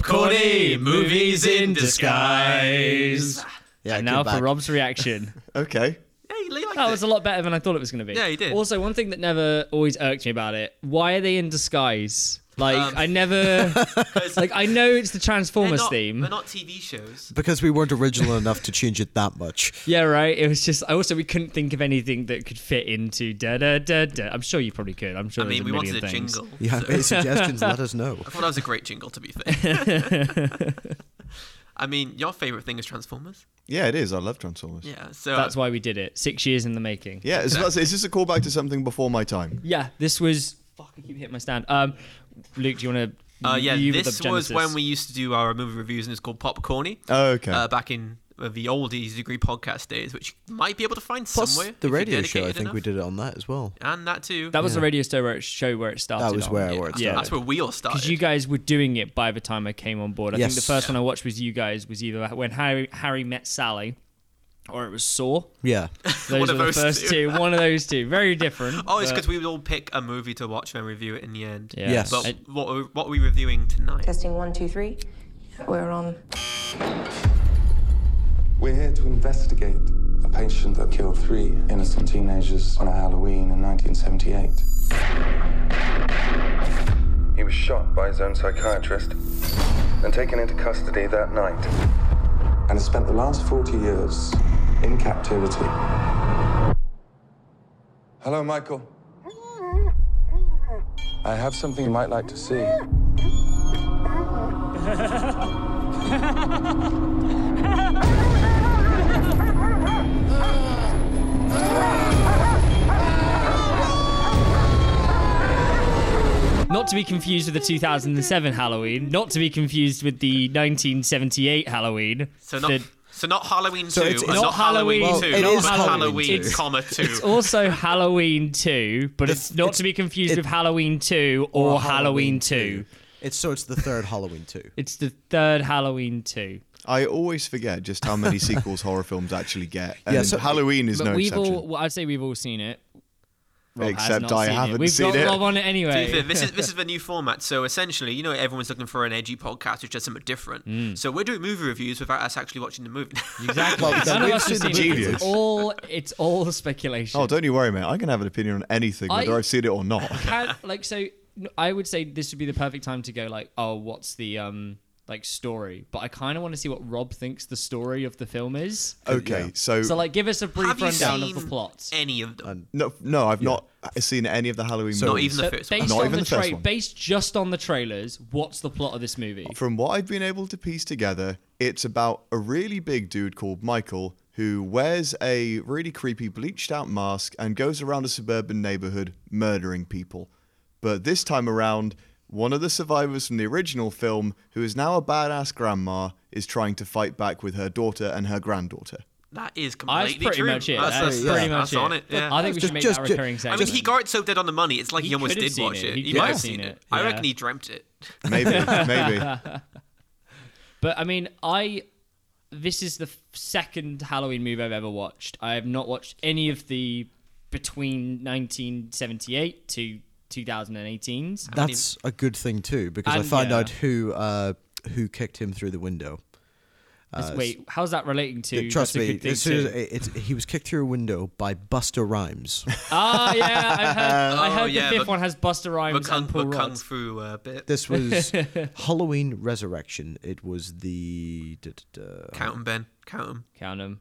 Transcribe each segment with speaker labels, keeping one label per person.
Speaker 1: Popcorny movies in disguise.
Speaker 2: Yeah,
Speaker 3: And now
Speaker 2: good
Speaker 3: for
Speaker 2: bag.
Speaker 3: Rob's reaction.
Speaker 2: Okay.
Speaker 1: Yeah, you liked
Speaker 3: That
Speaker 1: it.
Speaker 3: was a lot better than I thought it was going to be.
Speaker 1: Yeah, you did.
Speaker 3: Also, one thing that never always irked me about it: why are they in disguise? Like
Speaker 1: Um,
Speaker 3: I never,
Speaker 1: 'Cause
Speaker 3: like I know it's the
Speaker 1: they're
Speaker 3: Transformers
Speaker 1: not,
Speaker 3: theme.
Speaker 1: They're not TV shows.
Speaker 2: Because we weren't original enough to change it that much.
Speaker 3: Yeah, right. It was just. I also we couldn't think of anything that could fit into da da da da. I'm sure you probably could. I'm sure.
Speaker 1: I
Speaker 3: there's
Speaker 1: mean,
Speaker 3: a
Speaker 1: we
Speaker 3: million
Speaker 1: wanted a
Speaker 3: things.
Speaker 1: jingle.
Speaker 2: You have
Speaker 1: so-
Speaker 2: any suggestions, let us know.
Speaker 1: I thought that was a great jingle, to be fair. I mean, your favorite thing is Transformers.
Speaker 4: Yeah, it is. I love Transformers. Yeah,
Speaker 1: Yeah, so
Speaker 3: That's why we did it. Six years in the making.
Speaker 4: it's, about to say, is this a callback to something before my time?
Speaker 3: Yeah. This was. Fuck. I keep hitting my stand. Um, Luke, do you want to?
Speaker 1: Uh, yeah,
Speaker 3: you were
Speaker 1: this
Speaker 3: the
Speaker 1: was
Speaker 3: Genesis.
Speaker 1: when we used to do our movie reviews, and it's called Popcorny.
Speaker 4: Oh, okay.
Speaker 1: Uh, back in uh, the old Easy Degree podcast days, which you might be able to find
Speaker 2: Plus,
Speaker 1: somewhere. if
Speaker 2: the
Speaker 1: you're
Speaker 2: radio show, I
Speaker 1: dedicated
Speaker 2: think we
Speaker 1: enough.
Speaker 2: did it on that as well.
Speaker 1: and that too.
Speaker 3: That was the radio show where it, show where it started.
Speaker 2: That was
Speaker 3: on.
Speaker 2: where
Speaker 1: yeah,
Speaker 2: where it
Speaker 1: that's-
Speaker 2: started.
Speaker 1: That's where we all started.
Speaker 3: because you guys were doing it by the time I came on board. I think
Speaker 2: Yes.
Speaker 3: the first one I watched was you guys was either when Harry Harry met Sally, or it was Saw.
Speaker 2: Yeah.
Speaker 3: Those
Speaker 1: One
Speaker 3: were
Speaker 1: of
Speaker 3: the
Speaker 1: those
Speaker 3: first two.
Speaker 1: two.
Speaker 3: One of those two, very different.
Speaker 1: oh, it's
Speaker 3: but-
Speaker 1: because we would all pick a movie to watch and review it in the end.
Speaker 3: Yeah.
Speaker 2: Yes.
Speaker 1: But
Speaker 3: I-
Speaker 1: what are, what are we reviewing tonight?
Speaker 5: Testing one, two, three. We're on.
Speaker 6: We're here to investigate a patient that killed three innocent teenagers on a Halloween in 1978. He was shot by his own psychiatrist and taken into custody that night. And has spent the last 40 years in captivity. Hello, Michael. I have something you might like to see.
Speaker 3: not to be confused with the 2007 Halloween, not to be confused with the 1978 Halloween.
Speaker 1: So not
Speaker 3: The-
Speaker 1: so not Halloween
Speaker 2: So
Speaker 1: two,
Speaker 2: it's-
Speaker 1: and
Speaker 2: it's-
Speaker 1: not Halloween
Speaker 2: Well,
Speaker 1: two,
Speaker 2: it
Speaker 1: but
Speaker 2: is Halloween
Speaker 1: Halloween,
Speaker 2: two.
Speaker 1: comma two.
Speaker 3: it's also Halloween 2, but it's not
Speaker 2: it's-
Speaker 3: to be confused
Speaker 2: it-
Speaker 3: with Halloween 2 or, Halloween 2.
Speaker 2: It's so it's the third Halloween two.
Speaker 3: It's the third Halloween 2.
Speaker 4: I always forget just how many sequels horror films actually get. And
Speaker 2: Yeah, so-
Speaker 4: Halloween is
Speaker 3: But
Speaker 4: no
Speaker 3: we've
Speaker 4: exception.
Speaker 3: all, well, I'd say we've all seen it. Rob has
Speaker 4: Except
Speaker 3: not
Speaker 4: I
Speaker 3: seen
Speaker 4: haven't
Speaker 3: it. We've
Speaker 4: seen
Speaker 3: got
Speaker 4: it.
Speaker 3: Rob on it
Speaker 1: To be fair,
Speaker 3: anyway.
Speaker 1: this is this is the new format. So essentially, you know, everyone's looking for an edgy podcast which does something different.
Speaker 3: Hmm.
Speaker 1: So we're doing movie reviews without us actually watching the movie.
Speaker 3: Exactly.
Speaker 2: Well,
Speaker 3: None of
Speaker 2: we've
Speaker 3: us have seen
Speaker 2: seen the
Speaker 3: it.
Speaker 4: genius.
Speaker 3: It's all, it's all speculation.
Speaker 4: Oh, don't you worry, mate. I can have an opinion on anything,
Speaker 3: I-
Speaker 4: whether I've seen it or not.
Speaker 3: Can- like so n- i would say this would be the perfect time to go like oh what's the um like story but i kind of want to see what rob thinks the story of the film is
Speaker 4: Okay, so,
Speaker 3: so like give us a brief
Speaker 1: Have you
Speaker 3: rundown of
Speaker 1: seen
Speaker 3: the plot
Speaker 1: any of them?
Speaker 4: no, no, I've not seen any of the Halloween
Speaker 1: Not
Speaker 4: movies.
Speaker 1: even the
Speaker 3: But
Speaker 1: first one.
Speaker 3: based
Speaker 4: Not
Speaker 3: on
Speaker 4: even
Speaker 3: the
Speaker 4: the first
Speaker 3: tra-
Speaker 4: one.
Speaker 3: based just on the trailers what's the plot of this movie
Speaker 4: From what I've been able to piece together, it's about a really big dude called Michael who wears a really creepy bleached out mask and goes around a suburban neighborhood murdering people. But this time around, one of the survivors from the original film, who is now a badass grandma, is trying to fight back with her daughter and her granddaughter.
Speaker 1: That is completely
Speaker 3: that's pretty
Speaker 1: true.
Speaker 3: much it
Speaker 1: That's,
Speaker 3: that's,
Speaker 1: that's-
Speaker 3: pretty
Speaker 1: that's
Speaker 3: much it.
Speaker 1: on it. Yeah.
Speaker 3: i think we
Speaker 2: Just-
Speaker 3: should make
Speaker 2: just-
Speaker 3: that a
Speaker 2: just-
Speaker 3: recording
Speaker 1: I
Speaker 3: section
Speaker 1: mean, he got it so dead on the money. It's like he,
Speaker 3: He
Speaker 1: almost
Speaker 3: could have
Speaker 1: did
Speaker 3: seen
Speaker 1: watch
Speaker 3: it.
Speaker 1: it.
Speaker 3: He
Speaker 1: He
Speaker 3: could
Speaker 1: might
Speaker 3: have
Speaker 1: have
Speaker 3: seen
Speaker 1: seen
Speaker 3: it.
Speaker 1: it. I
Speaker 3: Yeah.
Speaker 1: reckon he dreamt it.
Speaker 4: Maybe, maybe.
Speaker 3: But I mean, I this is the f- second Halloween movie I've ever watched. I have not watched any of the between 1978 to 2018s.
Speaker 2: That's a good thing too, because I
Speaker 3: And,
Speaker 2: find
Speaker 3: yeah.
Speaker 2: out who uh, who kicked him through the window.
Speaker 3: That's- Wait, how's that relating to?
Speaker 2: Trust
Speaker 3: that's a
Speaker 2: me,
Speaker 3: good thing
Speaker 2: as soon as
Speaker 3: too?
Speaker 2: it- it's, he was kicked through a window by Buster Rhymes.
Speaker 3: Ah, yeah, I heard, I
Speaker 1: Oh,
Speaker 3: heard
Speaker 1: yeah,
Speaker 3: the fifth
Speaker 1: but-
Speaker 3: one has Buster
Speaker 1: But
Speaker 3: Rhymes
Speaker 1: kung,
Speaker 3: and Paul
Speaker 1: but kung
Speaker 3: Rudd.
Speaker 1: fu uh, bit.
Speaker 2: this was Halloween Resurrection. It was the da, da, da,
Speaker 1: Count 'em, Ben. Count 'em.
Speaker 3: Count them.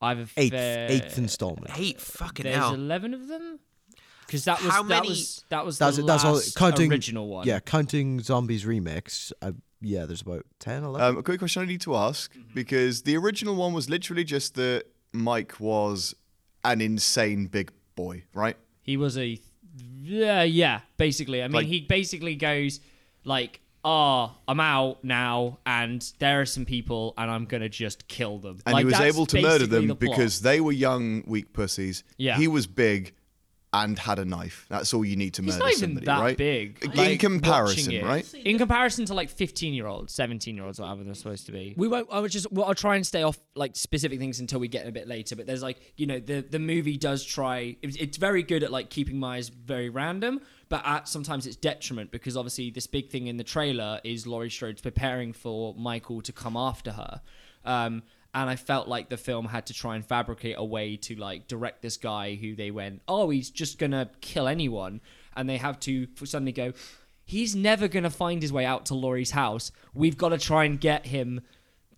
Speaker 3: I've a
Speaker 2: eighth
Speaker 3: fair-
Speaker 2: eighth installment.
Speaker 1: Eight fucking
Speaker 3: There's
Speaker 1: hell.
Speaker 3: eleven of them. Because that was
Speaker 1: How
Speaker 3: that
Speaker 1: many-
Speaker 3: was that was
Speaker 2: That's
Speaker 3: the
Speaker 2: it. That's all.
Speaker 3: last
Speaker 2: Counting
Speaker 3: original one.
Speaker 2: Yeah, counting zombies remix. I, yeah, there's about 10,
Speaker 1: Uh,
Speaker 2: 11.
Speaker 4: Um, a quick question I need to ask because the original one was literally just that Mike was an insane big boy, right?
Speaker 3: He was a yeah, yeah, basically. I mean,
Speaker 4: Like-
Speaker 3: he basically goes like, "Ah, I'm out now, and there are some people, and I'm gonna just kill them."
Speaker 4: And
Speaker 3: Like,
Speaker 4: he was
Speaker 3: that's
Speaker 4: able to murder
Speaker 3: basically
Speaker 4: them
Speaker 3: the plot.
Speaker 4: because they were young, weak pussies.
Speaker 3: Yeah.
Speaker 4: He was big and had a knife. That's all you need to
Speaker 3: he's
Speaker 4: murder
Speaker 3: not even
Speaker 4: somebody,
Speaker 3: that
Speaker 4: right?
Speaker 3: big.
Speaker 4: In
Speaker 3: like, watching
Speaker 4: comparison,
Speaker 3: it.
Speaker 4: right?
Speaker 3: In comparison to like 15 year olds, 17 year olds, whatever they're supposed to be. We won't. I was just. Well, I'll try and stay off like specific things until we get a bit later. But there's like you know the the movie does try. It's, it's very good at like keeping my eyes very random. but at sometimes it's detriment because obviously this big thing in the trailer is Laurie Strode's preparing for Michael to come after her. Um, and I felt like the film had to try and fabricate a way to like direct this guy who they went, oh, he's just gonna kill anyone, and they have to f- suddenly go, he's never gonna find his way out to Laurie's house. We've got to try and get him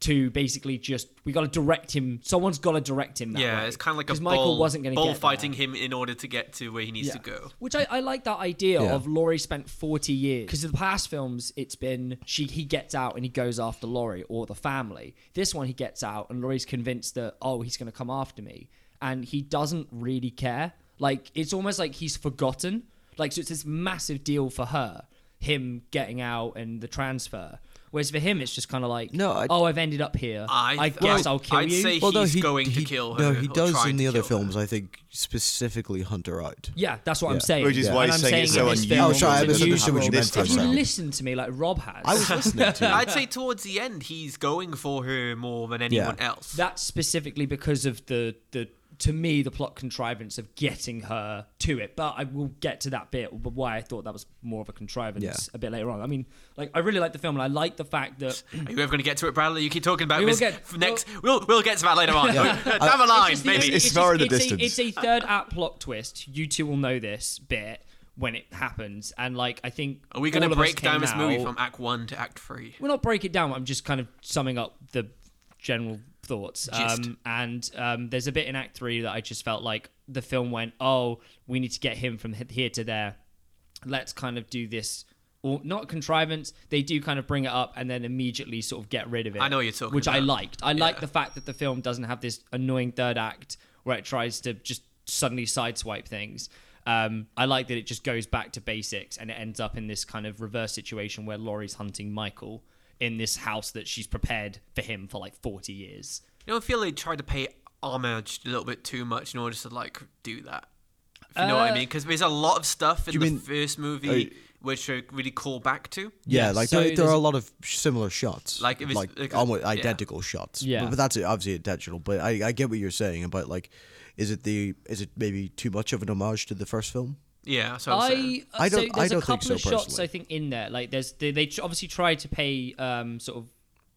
Speaker 3: to basically just we got to direct him. Someone's got to direct him. That
Speaker 1: yeah,
Speaker 3: way.
Speaker 1: it's kind of like a
Speaker 3: 'Cause Michael
Speaker 1: bull,
Speaker 3: wasn't gonna get
Speaker 1: bull
Speaker 3: there.
Speaker 1: fighting him in order to get to where he needs
Speaker 3: Yeah.
Speaker 1: to go.
Speaker 3: Which I, I like that idea
Speaker 2: Yeah.
Speaker 3: of Laurie spent 40 years because in the past films it's been she he gets out and he goes after Laurie or the family. This one he gets out and Laurie's convinced that oh he's going to come after me and he doesn't really care. Like it's almost like he's forgotten. Like so it's this massive deal for her him getting out and the transfer. Whereas for him it's just kind of like
Speaker 2: No, I-
Speaker 3: oh I've ended up here.
Speaker 1: I-
Speaker 3: I, guess
Speaker 1: well,
Speaker 3: I'll kill
Speaker 1: I'd
Speaker 3: you.
Speaker 1: say- he's going to kill
Speaker 2: No,
Speaker 1: her
Speaker 2: he
Speaker 1: or
Speaker 2: does
Speaker 1: trying
Speaker 2: in
Speaker 1: to
Speaker 2: the other
Speaker 1: kill
Speaker 2: films. I think specifically hunt her out.
Speaker 3: Yeah, that's what
Speaker 2: Yeah.
Speaker 3: I'm saying.
Speaker 4: Which is
Speaker 2: Yeah.
Speaker 4: why
Speaker 3: And
Speaker 4: he's
Speaker 3: I'm
Speaker 4: saying it's
Speaker 3: saying
Speaker 4: so
Speaker 3: in this
Speaker 4: unusual.
Speaker 3: film,
Speaker 2: Oh, sorry, I
Speaker 4: that it doesn't
Speaker 2: misunderstood what
Speaker 4: happen
Speaker 2: you meant
Speaker 4: this
Speaker 3: If
Speaker 2: by
Speaker 4: time
Speaker 3: you
Speaker 2: Sorry.
Speaker 4: round.
Speaker 3: listen to me like Rob has,
Speaker 2: I was listening to.
Speaker 1: I'd say towards the end, he's going for her more than anyone else.
Speaker 3: that's specifically because of the the to me the plot contrivance of getting her to it. But I will get to that bit, but why I thought that was more of a contrivance
Speaker 2: Yeah.
Speaker 3: a bit later on. I mean, like I really like the film, and I like the fact that
Speaker 1: Are you ever going to get to it, Bradley? You keep talking about
Speaker 3: We will
Speaker 1: this
Speaker 3: get-
Speaker 1: f- next. We'll, we'll get to that later on.
Speaker 2: Yeah.
Speaker 1: Down the line,
Speaker 3: It's just the
Speaker 1: maybe.
Speaker 3: only-
Speaker 4: It's
Speaker 3: just-
Speaker 4: far in the
Speaker 3: it's
Speaker 4: distance.
Speaker 3: A, it's a third act plot twist. You two will know this bit when it happens, and like I think
Speaker 1: Are we
Speaker 3: all
Speaker 1: going
Speaker 3: of
Speaker 1: to
Speaker 3: us
Speaker 1: break
Speaker 3: came
Speaker 1: down this movie
Speaker 3: out-
Speaker 1: from Act One to Act Three?
Speaker 3: We'll not break it down. I'm just kind of summing up the general thoughts.
Speaker 1: Gist.
Speaker 3: Um, and um, there's a bit in Act Three that I just felt like the film went, "Oh, we need to get him from he- here to there. Let's kind of do this." Or not contrivance. They do kind of bring it up and then immediately sort of get rid of it.
Speaker 1: I know what you're talking
Speaker 3: which I
Speaker 1: about.
Speaker 3: liked. I like the fact that the film doesn't have this annoying third act where it tries to just suddenly sideswipe things. Um, I like that it just goes back to basics and it ends up in this kind of reverse situation where Laurie's hunting Michael in this house that she's prepared for him for like 40 years.
Speaker 1: You know, I feel they tried to pay homage a little bit too much in order to like do that. If you know what I
Speaker 3: Uh,
Speaker 1: mean? Because there's a lot of stuff in
Speaker 2: you
Speaker 1: the
Speaker 2: mean-
Speaker 1: first movie which are really call back to.
Speaker 2: Yeah,
Speaker 3: Yeah,
Speaker 2: like
Speaker 3: so
Speaker 2: there, there
Speaker 3: there's-
Speaker 2: are a lot of sh- similar shots,
Speaker 1: Like, if it's- like,
Speaker 2: almost
Speaker 1: yeah.
Speaker 2: identical shots.
Speaker 3: Yeah.
Speaker 2: but, but that's obviously intentional. But I, I get what you're saying about like, is it the is it maybe too much of an homage to the first film?
Speaker 1: Yeah, so I'm saying.
Speaker 3: I, uh,
Speaker 2: I
Speaker 3: so
Speaker 2: don't- I
Speaker 3: there's
Speaker 2: don't
Speaker 3: a
Speaker 2: think
Speaker 3: couple
Speaker 2: so
Speaker 3: of shots
Speaker 2: personally.
Speaker 3: I think in there. Like there's they, they tr- obviously try to pay um, sort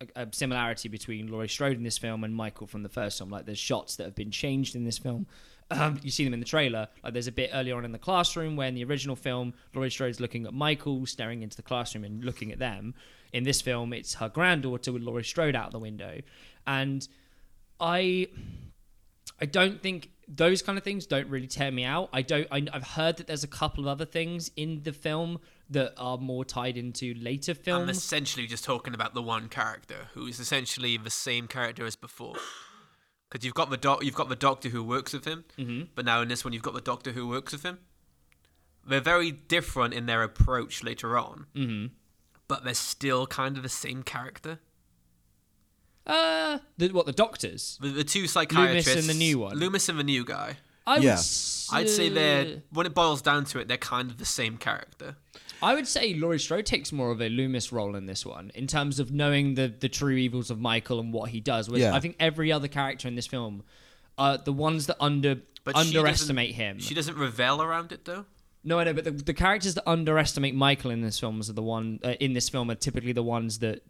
Speaker 3: of a, a similarity between Laurie Strode in this film and Michael from the first film. Like there's shots that have been changed in this film. Um, you see them in the trailer. Like there's a bit earlier on in the classroom where in the original film Laurie Strode's looking at Michael, staring into the classroom and looking at them. In this film, it's her granddaughter with Laurie Strode out the window, and I I don't think those kind of things don't really tear me out. I don't. I, I've heard that there's a couple of other things in the film that are more tied into later
Speaker 1: I'm
Speaker 3: films.
Speaker 1: essentially just talking about the one character who is essentially the same character as before. Because you've got the doc, you've got the doctor who works with him,
Speaker 3: Mm-hmm.
Speaker 1: but now in this one you've got the doctor who works with him. They're very different in their approach later on, mm-hmm. but they're still kind of the same character.
Speaker 3: Uh, the, what the doctors?
Speaker 1: The, the two psychiatrists,
Speaker 3: the new one.
Speaker 1: Loomis and the new guy.
Speaker 3: I
Speaker 2: Yeah.
Speaker 3: would. s-
Speaker 1: I'd say
Speaker 3: uh,
Speaker 1: they're when it boils down to it, they're kind of the same character.
Speaker 3: I would say Laurie Strode takes more of a Loomis role in this one in terms of knowing the the true evils of Michael and what he does. Whereas
Speaker 2: Yeah.
Speaker 3: I think every other character in this film, uh, the ones that under
Speaker 1: But she doesn't-
Speaker 3: underestimate him.
Speaker 1: She doesn't revel around it though.
Speaker 3: No, I know, but the, the characters that underestimate Michael in this films are the one uh, in this film are typically the ones that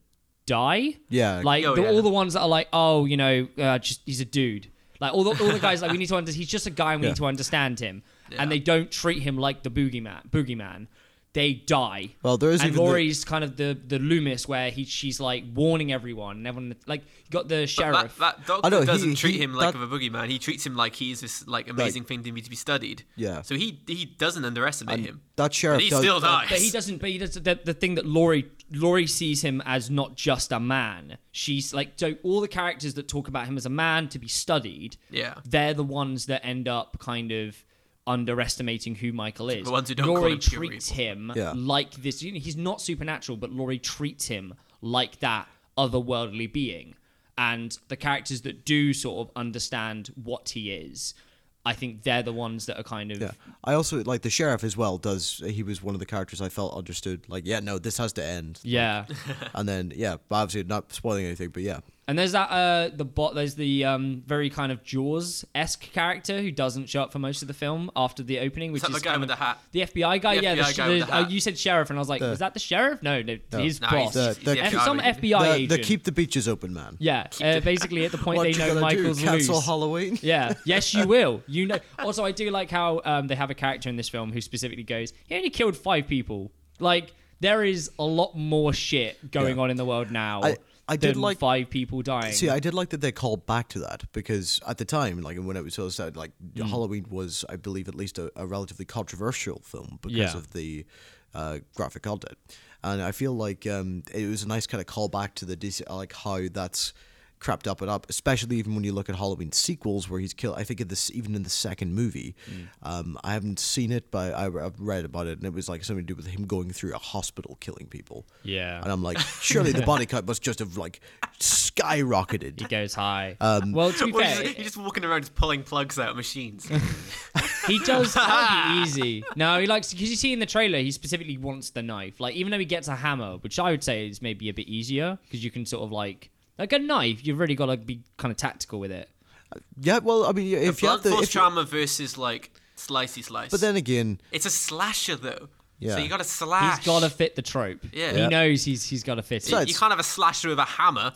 Speaker 3: die.
Speaker 2: Yeah.
Speaker 3: like
Speaker 1: Oh,
Speaker 3: the,
Speaker 1: yeah.
Speaker 3: all the ones that are like, oh, you know, uh, just he's a dude. Like all the all the guys like we need to understand. He's just a guy, and we
Speaker 2: Yeah.
Speaker 3: need to understand him. And they don't treat him like the boogeyman. Boogeyman, they die.
Speaker 2: Well, there is
Speaker 3: and
Speaker 2: even the-
Speaker 3: Laurie's kind of the the Loomis where he she's like warning everyone, and everyone like you got the
Speaker 1: But
Speaker 3: sheriff.
Speaker 1: That, that doctor
Speaker 2: I know, he-
Speaker 1: doesn't treat
Speaker 2: he-
Speaker 1: him like
Speaker 2: that-
Speaker 1: of a boogeyman. He treats him like he's this like amazing thing to be to be studied.
Speaker 2: Yeah.
Speaker 1: So he he doesn't underestimate him.
Speaker 2: That sheriff
Speaker 1: But he
Speaker 2: does,
Speaker 1: still dies.
Speaker 3: But he doesn't. But he does the, the thing that Laurie Laurie sees him as not just a man. She's like so all the characters that talk about him as a man to be studied.
Speaker 1: Yeah.
Speaker 3: they're the ones that end up kind of underestimating who Michael is.
Speaker 1: The ones who don't call
Speaker 3: Laurie
Speaker 1: him pure
Speaker 3: treats
Speaker 1: evil.
Speaker 3: him
Speaker 2: Yeah.
Speaker 3: like this. You know, he's not supernatural, but Laurie treats him like that otherworldly being. And the characters that do sort of understand what he is, I think they're the ones that are kind of
Speaker 2: Yeah. I also like the sheriff as well. Does he was one of the characters I felt understood. Like, yeah, no, this has to end.
Speaker 3: yeah.
Speaker 2: and then yeah, but obviously not spoiling anything, but yeah,
Speaker 3: And there's that uh the bot there's the um very kind of Jaws esque character who doesn't show up for most of the film after the opening, which
Speaker 1: that
Speaker 3: is
Speaker 1: the guy
Speaker 3: kind
Speaker 1: with
Speaker 3: of-
Speaker 1: the hat?
Speaker 3: The FBI guy,
Speaker 1: The
Speaker 3: yeah.
Speaker 1: FBI
Speaker 3: the,
Speaker 1: guy with the
Speaker 3: uh,
Speaker 1: hat.
Speaker 3: you said sheriff, and I was like, "Was that the sheriff?" No, no, his
Speaker 1: No,
Speaker 3: boss.
Speaker 1: he's-
Speaker 2: he's the
Speaker 3: F-
Speaker 1: FBI
Speaker 3: some
Speaker 1: agent.
Speaker 3: FBI
Speaker 2: The,
Speaker 3: agent.
Speaker 2: the keep the beaches open, man.
Speaker 3: yeah, uh, basically at the point
Speaker 2: What
Speaker 3: they
Speaker 2: you
Speaker 3: know
Speaker 2: gonna
Speaker 3: Michael's
Speaker 2: do? Cancel
Speaker 3: loose.
Speaker 2: Halloween?
Speaker 3: Yeah. Yes, you will. You know. Also, I do like how um, they have a character in this film who specifically goes, "He only killed five people." Like there is a lot more shit going
Speaker 2: Yeah.
Speaker 3: on in the world now.
Speaker 2: I- I did
Speaker 3: than
Speaker 2: like-
Speaker 3: five people dying.
Speaker 2: See, I did like that they called back to that because at the time, like when it was first out, like
Speaker 3: Mm.
Speaker 2: Halloween was, I believe, at least a, a relatively controversial film because
Speaker 3: Yeah.
Speaker 2: of the uh, graphic content, and I feel like um, it was a nice kind of callback to the DC, like how that's crapped up and up, especially even when you look at Halloween sequels where he's killed. I think in this, even in the second movie,
Speaker 3: Mm.
Speaker 2: um, I haven't seen it, but I, I've read about it, and it was like something to do with him going through a hospital killing people.
Speaker 3: Yeah.
Speaker 2: and I'm like, surely the body count must just have like skyrocketed.
Speaker 3: He goes high.
Speaker 2: Um,
Speaker 3: well, to be
Speaker 1: Well,
Speaker 3: fair,
Speaker 1: he's, he's just walking around just pulling plugs out of machines.
Speaker 3: He does. That would be easy. No, he likes because you see in the trailer he specifically wants the knife. Like even though he gets a hammer, which I would say is maybe a bit easier because you can sort of like like a knife. You've really got to be kind of tactical with it.
Speaker 2: Yeah, well, I mean, if you
Speaker 1: Blunt
Speaker 2: have the,
Speaker 1: force
Speaker 2: if you,
Speaker 1: trauma versus like slicey slice.
Speaker 2: but then again,
Speaker 1: it's a slasher though.
Speaker 2: Yeah.
Speaker 1: So you got to slash.
Speaker 3: He's got to fit the trope.
Speaker 1: Yeah.
Speaker 3: he
Speaker 1: Yeah.
Speaker 3: knows he's he's got to fit
Speaker 2: So
Speaker 3: it.
Speaker 2: it's-
Speaker 1: You can't have a slasher with a hammer.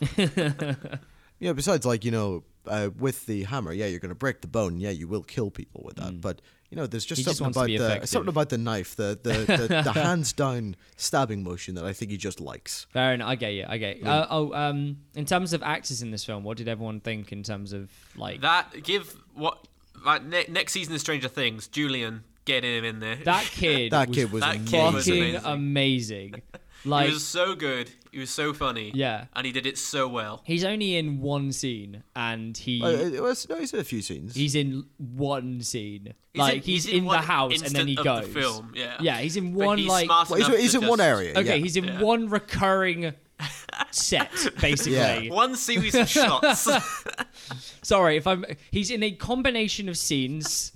Speaker 2: yeah. Besides, like you know, uh, with the hammer, yeah, you're going to break the bone. Yeah, you will kill people with that. But you know, there's just
Speaker 3: Mm. He just
Speaker 2: something
Speaker 3: wants to
Speaker 2: about
Speaker 3: be
Speaker 2: the
Speaker 3: effective.
Speaker 2: something about the knife, the the, the, the hands down stabbing motion that I think he just likes.
Speaker 3: Fair enough. I get you. I get you. Uh, oh, um, in terms of actors in this film, what did everyone think in terms of like that,
Speaker 1: That give what like, ne- next season of Stranger Things, Julian, get him in there.
Speaker 3: kid?
Speaker 2: That
Speaker 3: was
Speaker 2: kid was
Speaker 1: that kid
Speaker 3: fucking
Speaker 1: was
Speaker 2: amazing.
Speaker 1: amazing.
Speaker 3: amazing. Like
Speaker 1: he was so good. He was so funny.
Speaker 3: Yeah.
Speaker 1: And he did it so well.
Speaker 3: he's only in one scene and he.
Speaker 2: Uh, it was, no, he's in a few scenes.
Speaker 3: He's in one scene.
Speaker 1: He's
Speaker 3: like
Speaker 1: in-
Speaker 3: he's,
Speaker 1: he's in
Speaker 3: in, the
Speaker 1: one
Speaker 3: house and then
Speaker 1: instant
Speaker 3: he
Speaker 1: of
Speaker 3: goes.
Speaker 1: the film, yeah.
Speaker 3: Yeah, he's in
Speaker 1: But
Speaker 3: one
Speaker 1: he's
Speaker 3: like
Speaker 1: smart
Speaker 2: well, he's,
Speaker 1: enough
Speaker 2: he's
Speaker 1: to
Speaker 2: in one
Speaker 1: just-
Speaker 2: area.
Speaker 3: Okay,
Speaker 2: yeah.
Speaker 3: he's in
Speaker 1: Yeah.
Speaker 3: one recurring set basically.
Speaker 2: Yeah.
Speaker 1: One series of shots.
Speaker 3: Sorry if I'm he's in a combination of scenes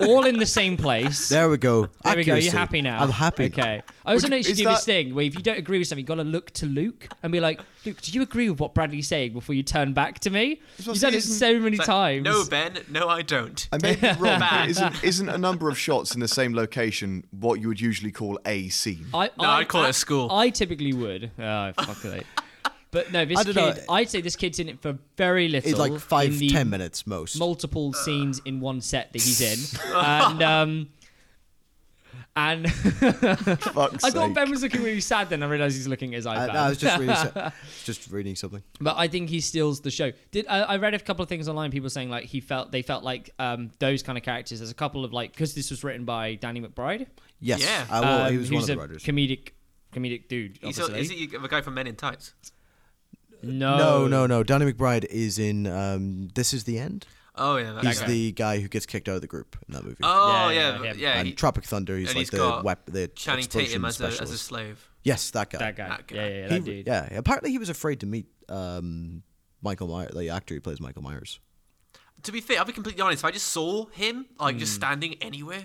Speaker 3: all in the same place.
Speaker 2: There we go.
Speaker 3: There we go. You're
Speaker 2: Accuracy.
Speaker 3: happy now.
Speaker 2: I'm happy.
Speaker 3: Okay. I also
Speaker 4: Would-
Speaker 3: know you should
Speaker 4: is
Speaker 3: do this
Speaker 4: that-
Speaker 3: thing where if you don't agree with something, you gotta look to Luke and be like, Luke, do you agree with what Bradley's saying before you turn back to me? You've done it
Speaker 4: isn't-
Speaker 3: so many
Speaker 1: It's like,
Speaker 3: times.
Speaker 1: No, Ben. No, I don't.
Speaker 4: I may be wrong, but
Speaker 1: Bad.
Speaker 4: isn't, isn't a number of shots in the same location what you would usually call a scene?
Speaker 3: I,
Speaker 1: No, I'd call it a school.
Speaker 3: I typically would. Oh, fuck it. But no, this
Speaker 2: I
Speaker 3: kid,
Speaker 2: don't know.
Speaker 3: I'd say this kid's in it for very little.
Speaker 2: It's like
Speaker 3: in
Speaker 2: five,
Speaker 3: the
Speaker 2: ten minutes most.
Speaker 3: Multiple scenes in one set that he's in. and, um, and
Speaker 4: Fuck's
Speaker 3: I thought
Speaker 4: sake.
Speaker 3: Ben was looking really sad then. I realised he's looking at his
Speaker 2: I,
Speaker 3: iPad.
Speaker 2: I was just reading, so- just reading something.
Speaker 3: But I think he steals the show. Did I I read a couple of things online? People saying like he felt they felt like um, those kind of characters. There's a couple of like because this was written by Danny McBride,
Speaker 2: Yes,
Speaker 1: Yeah.
Speaker 2: I will.
Speaker 3: um,
Speaker 2: Oh, he was
Speaker 3: who's
Speaker 2: one of the
Speaker 3: a
Speaker 2: writers.
Speaker 3: comedic comedic dude.
Speaker 1: He's
Speaker 3: obviously.
Speaker 1: is he the guy from Men in Tights?
Speaker 3: no,
Speaker 2: No, no, no. Danny McBride is in um, This Is the End.
Speaker 1: Oh yeah, that
Speaker 2: He's
Speaker 1: guy.
Speaker 2: the guy who gets kicked out of the group in that movie.
Speaker 1: Oh
Speaker 3: Yeah, yeah,
Speaker 1: yeah, yeah.
Speaker 3: him.
Speaker 2: and
Speaker 1: he-
Speaker 2: Tropic Thunder, he's
Speaker 1: and
Speaker 2: like
Speaker 1: he's
Speaker 2: the
Speaker 1: got
Speaker 2: wep- the
Speaker 1: Channing
Speaker 2: explosion
Speaker 1: Tatum as a, as
Speaker 2: specialist.
Speaker 1: a slave.
Speaker 2: yes, that guy.
Speaker 3: that guy.
Speaker 1: That guy.
Speaker 3: Yeah, yeah, yeah,
Speaker 2: He-
Speaker 3: that dude.
Speaker 2: Yeah, apparently he was afraid to meet um, Michael Myers, the actor who plays Michael Myers.
Speaker 1: To be fair, I'll be completely honest. If I just saw him like just
Speaker 3: Hmm.
Speaker 1: standing anywhere,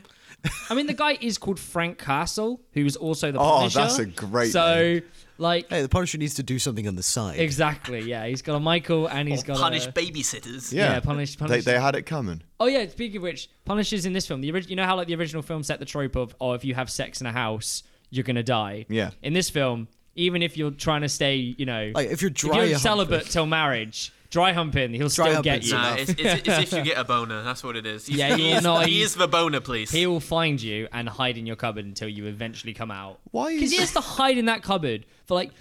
Speaker 3: I mean, the guy is called Frank Castle, who was also the
Speaker 4: Oh,
Speaker 3: Punisher.
Speaker 4: that's a great
Speaker 3: So, like,
Speaker 2: Hey, the Punisher needs to do something on the side.
Speaker 3: exactly, yeah. He's got a Michael and he's got
Speaker 1: Oh, punish
Speaker 3: a.
Speaker 1: babysitters.
Speaker 3: yeah, punish-
Speaker 4: They,
Speaker 3: punish-
Speaker 4: they had it coming.
Speaker 3: oh yeah. Speaking of which, Punisher's in this film. The original, you know how like the original film set the trope of, oh, if you have sex in a house, you're gonna die.
Speaker 4: Yeah.
Speaker 3: In this film, even if you're trying to stay, you know,
Speaker 2: Like if you're
Speaker 3: if
Speaker 2: dry
Speaker 3: you're
Speaker 2: humping-
Speaker 3: celibate till marriage, dry humping, he'll still get
Speaker 2: humping's
Speaker 3: you.
Speaker 2: enough.
Speaker 1: Nah, it's, it's, it's if you get a boner. That's what it is. He's-
Speaker 3: Yeah,
Speaker 1: he
Speaker 3: you're
Speaker 1: is,
Speaker 3: not-
Speaker 1: he is the boner, please.
Speaker 3: He will find you and hide in your cupboard until you eventually come out.
Speaker 4: Why
Speaker 3: Because he
Speaker 4: is-
Speaker 3: has to hide in that cupboard for like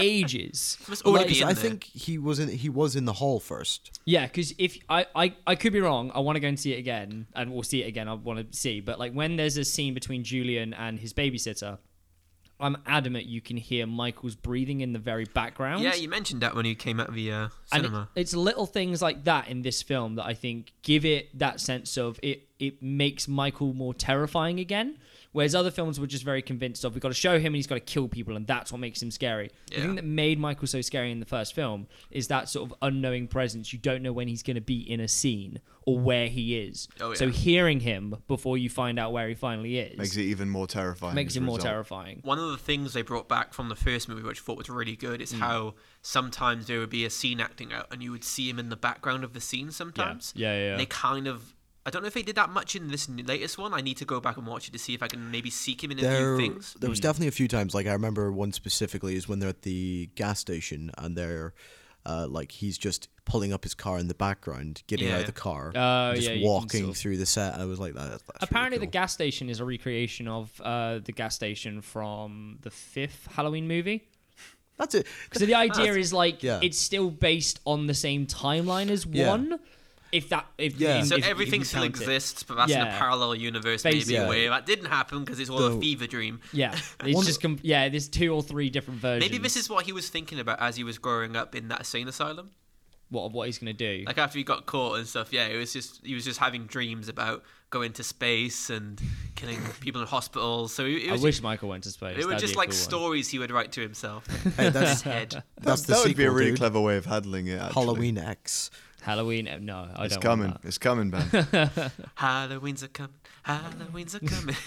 Speaker 3: ages.
Speaker 1: must already
Speaker 2: Like,
Speaker 1: Oh, be in
Speaker 2: I
Speaker 1: there.
Speaker 2: think he was in he was in the hall first.
Speaker 3: Yeah, because if I, I I could be wrong, I want to go and see it again, and we'll see it again. I want to see, but like when there's a scene between Julian and his babysitter, I'm adamant you can hear Michael's breathing in the very background.
Speaker 1: Yeah, you mentioned that when you came out of the uh,
Speaker 3: and it-
Speaker 1: cinema.
Speaker 3: it's little things like that in this film that I think give it that sense of it. It makes Michael more terrifying again. Whereas other films were just very convinced of we've got to show him and he's got to kill people and that's what makes him scary. The
Speaker 1: Yeah.
Speaker 3: thing that made Michael so scary in the first film is that sort of unknowing presence. You don't know when he's going to be in a scene or where he is.
Speaker 1: Oh,
Speaker 3: So
Speaker 1: yeah.
Speaker 3: hearing him before you find out where he finally is
Speaker 4: Makes it even more terrifying.
Speaker 3: makes
Speaker 4: as a
Speaker 3: him more
Speaker 4: result.
Speaker 3: terrifying.
Speaker 1: One of the things they brought back from the first movie, which I thought was really good,
Speaker 3: Hmm.
Speaker 1: is how sometimes there would be a scene acting out and you would see him in the background of the scene sometimes.
Speaker 3: Yeah, yeah, yeah.
Speaker 1: They kind of. I don't know if they did that much in this n- latest one. I need to go back and watch it to see if I can maybe seek him in a few
Speaker 2: there,
Speaker 1: things.
Speaker 2: there was definitely a few times. Like I remember one specifically is when they're at the gas station and they're uh, like he's just pulling up his car in the background, getting out
Speaker 1: Yeah.
Speaker 2: of the car,
Speaker 3: Oh, yeah,
Speaker 2: and just
Speaker 3: you can
Speaker 2: walking
Speaker 3: sort of-
Speaker 2: through the set. And I was like, that, that's really
Speaker 3: Apparently,
Speaker 2: cool.
Speaker 3: the gas station is a recreation of uh, the gas station from the fifth Halloween movie.
Speaker 2: that's it.
Speaker 3: So the idea is like
Speaker 2: Yeah.
Speaker 3: it's still based on the same timeline as
Speaker 2: Yeah.
Speaker 3: one. If that, if
Speaker 2: Yeah.
Speaker 3: if-
Speaker 1: So
Speaker 3: if- if
Speaker 1: everything
Speaker 3: you
Speaker 1: still
Speaker 3: count it.
Speaker 1: exists, but that's in
Speaker 3: Yeah.
Speaker 1: a parallel universe,
Speaker 3: Basically.
Speaker 1: maybe
Speaker 2: Yeah.
Speaker 1: where that didn't happen because it's all
Speaker 2: The-
Speaker 1: a fever dream.
Speaker 3: Yeah, it's
Speaker 2: One-
Speaker 3: just com- yeah. There's two or three different versions.
Speaker 1: Maybe this is what he was thinking about as he was growing up in that insane asylum.
Speaker 3: what of what he's gonna do.
Speaker 1: Like after he got caught and stuff, yeah, it was just he was just having dreams about going to space and killing people in hospitals. So it, it
Speaker 3: I
Speaker 1: was
Speaker 3: wish Michael went to space.
Speaker 1: it were
Speaker 3: That'd be
Speaker 1: just
Speaker 3: a
Speaker 1: like
Speaker 3: cool one.
Speaker 1: stories he would write to himself
Speaker 2: Hey,
Speaker 1: in
Speaker 2: that's
Speaker 1: his head.
Speaker 2: that's the
Speaker 4: that would be a
Speaker 2: sequel,
Speaker 4: really
Speaker 2: dude.
Speaker 4: clever way of handling it. Actually.
Speaker 2: Halloween X.
Speaker 3: Halloween. uh, No, I
Speaker 4: It's
Speaker 3: don't.
Speaker 4: coming.
Speaker 3: Want that.
Speaker 4: It's coming, Ben.
Speaker 1: Halloween's are coming. Halloween's are coming.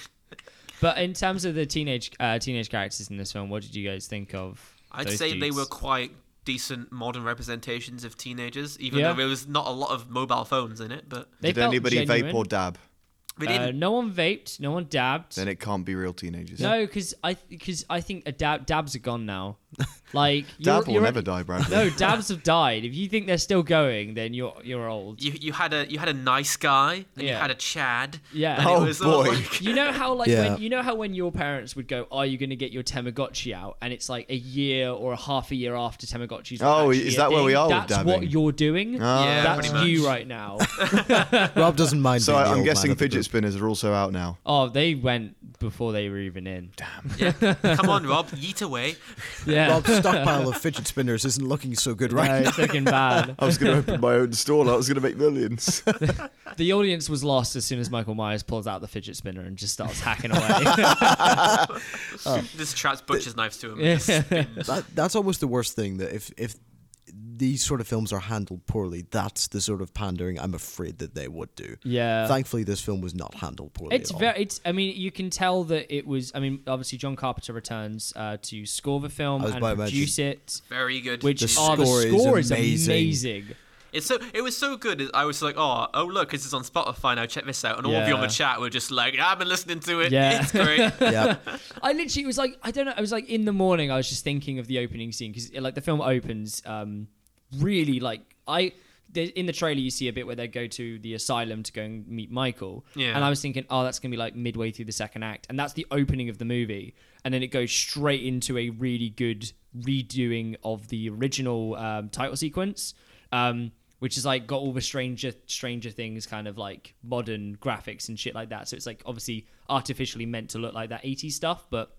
Speaker 3: But in terms of the teenage uh, teenage characters in this film, what did you guys think of?
Speaker 1: I'd
Speaker 3: those
Speaker 1: say they
Speaker 3: dudes?
Speaker 1: were quite decent modern representations of teenagers, even
Speaker 3: Yeah.
Speaker 1: though there was not a lot of mobile phones in it. But
Speaker 3: They
Speaker 4: Did
Speaker 3: felt
Speaker 4: anybody
Speaker 3: genuine.
Speaker 4: vape or dab?
Speaker 1: we
Speaker 3: Uh,
Speaker 1: didn't.
Speaker 3: no one vaped. No one dabbed.
Speaker 4: Then it can't be real teenagers.
Speaker 3: No, because I because I think a dab, dabs are gone now. Like
Speaker 4: Dab
Speaker 3: you're,
Speaker 4: will
Speaker 3: you're-
Speaker 4: never die, Bradley.
Speaker 3: No, dabs have died. If you think they're still going, then you're you're old.
Speaker 1: you, you had a you had a nice guy and you
Speaker 3: Yeah.
Speaker 1: had a Chad.
Speaker 3: Yeah.
Speaker 1: and it
Speaker 4: Oh,
Speaker 1: was all
Speaker 4: boy.
Speaker 1: like-
Speaker 3: You know how like
Speaker 2: Yeah.
Speaker 3: when you know how when your parents would go, "Are you going to get your Tamagotchi out?" and it's like a year or a half a year after Tamagotchis. are
Speaker 4: Oh,
Speaker 3: actually
Speaker 4: is
Speaker 3: a
Speaker 4: that where we
Speaker 3: thing.
Speaker 4: are with
Speaker 3: That's what
Speaker 4: dabbing?
Speaker 3: you're doing.
Speaker 4: Ah.
Speaker 1: Yeah,
Speaker 3: That's
Speaker 1: pretty
Speaker 3: you
Speaker 1: much.
Speaker 3: right now.
Speaker 2: Rob doesn't mind.
Speaker 4: So
Speaker 2: being the
Speaker 4: I,
Speaker 2: old
Speaker 4: I'm
Speaker 2: man
Speaker 4: guessing
Speaker 2: of the
Speaker 4: fidget
Speaker 2: group.
Speaker 4: spinners are also out now.
Speaker 3: oh, they went before they were even in.
Speaker 1: yeah. Come on, Rob, yeet away.
Speaker 3: Yeah,
Speaker 2: Rob's stockpile of fidget spinners isn't looking so good
Speaker 3: No,
Speaker 2: right
Speaker 3: it's looking bad.
Speaker 4: I was going to open my own stall. I was going to make millions.
Speaker 3: The audience was lost as soon as Michael Myers pulls out the fidget spinner and just starts hacking away.
Speaker 1: This Chad's butcher's knives to him.
Speaker 2: now. That, that's almost the worst thing. That if if these sort of films are handled poorly, that's the sort of pandering I'm afraid that they would do.
Speaker 3: Yeah.
Speaker 2: Thankfully, this film was not handled poorly.
Speaker 3: It's
Speaker 2: at all.
Speaker 3: very. It's. I mean, you can tell that it was. I mean, obviously, John Carpenter returns uh, to score the film
Speaker 2: I was
Speaker 3: and
Speaker 2: about to
Speaker 3: produce it,
Speaker 1: Very good.
Speaker 3: which
Speaker 2: The
Speaker 3: oh, the
Speaker 2: score is
Speaker 3: score is amazing.
Speaker 2: amazing.
Speaker 1: It's so it was so good. I was like, oh, oh look, this is on Spotify now. Check this out. And all of you on
Speaker 3: Yeah.
Speaker 1: the chat were just like, I've been listening to it.
Speaker 3: Yeah.
Speaker 1: It's great.
Speaker 2: yeah.
Speaker 3: I literally was like, I don't know. I was like in the morning. I was just thinking of the opening scene because like the film opens um, really like I. there- In the trailer, you see a bit where they go to the asylum to go and meet Michael.
Speaker 1: Yeah.
Speaker 3: And I was thinking, oh, that's going to be like midway through the second act. And that's the opening of the movie. And then it goes straight into a really good redoing of the original um, title sequence, um, which is like got all the Stranger, Stranger Things kind of like modern graphics and shit like that. So it's like obviously artificially meant to look like that 80s stuff, but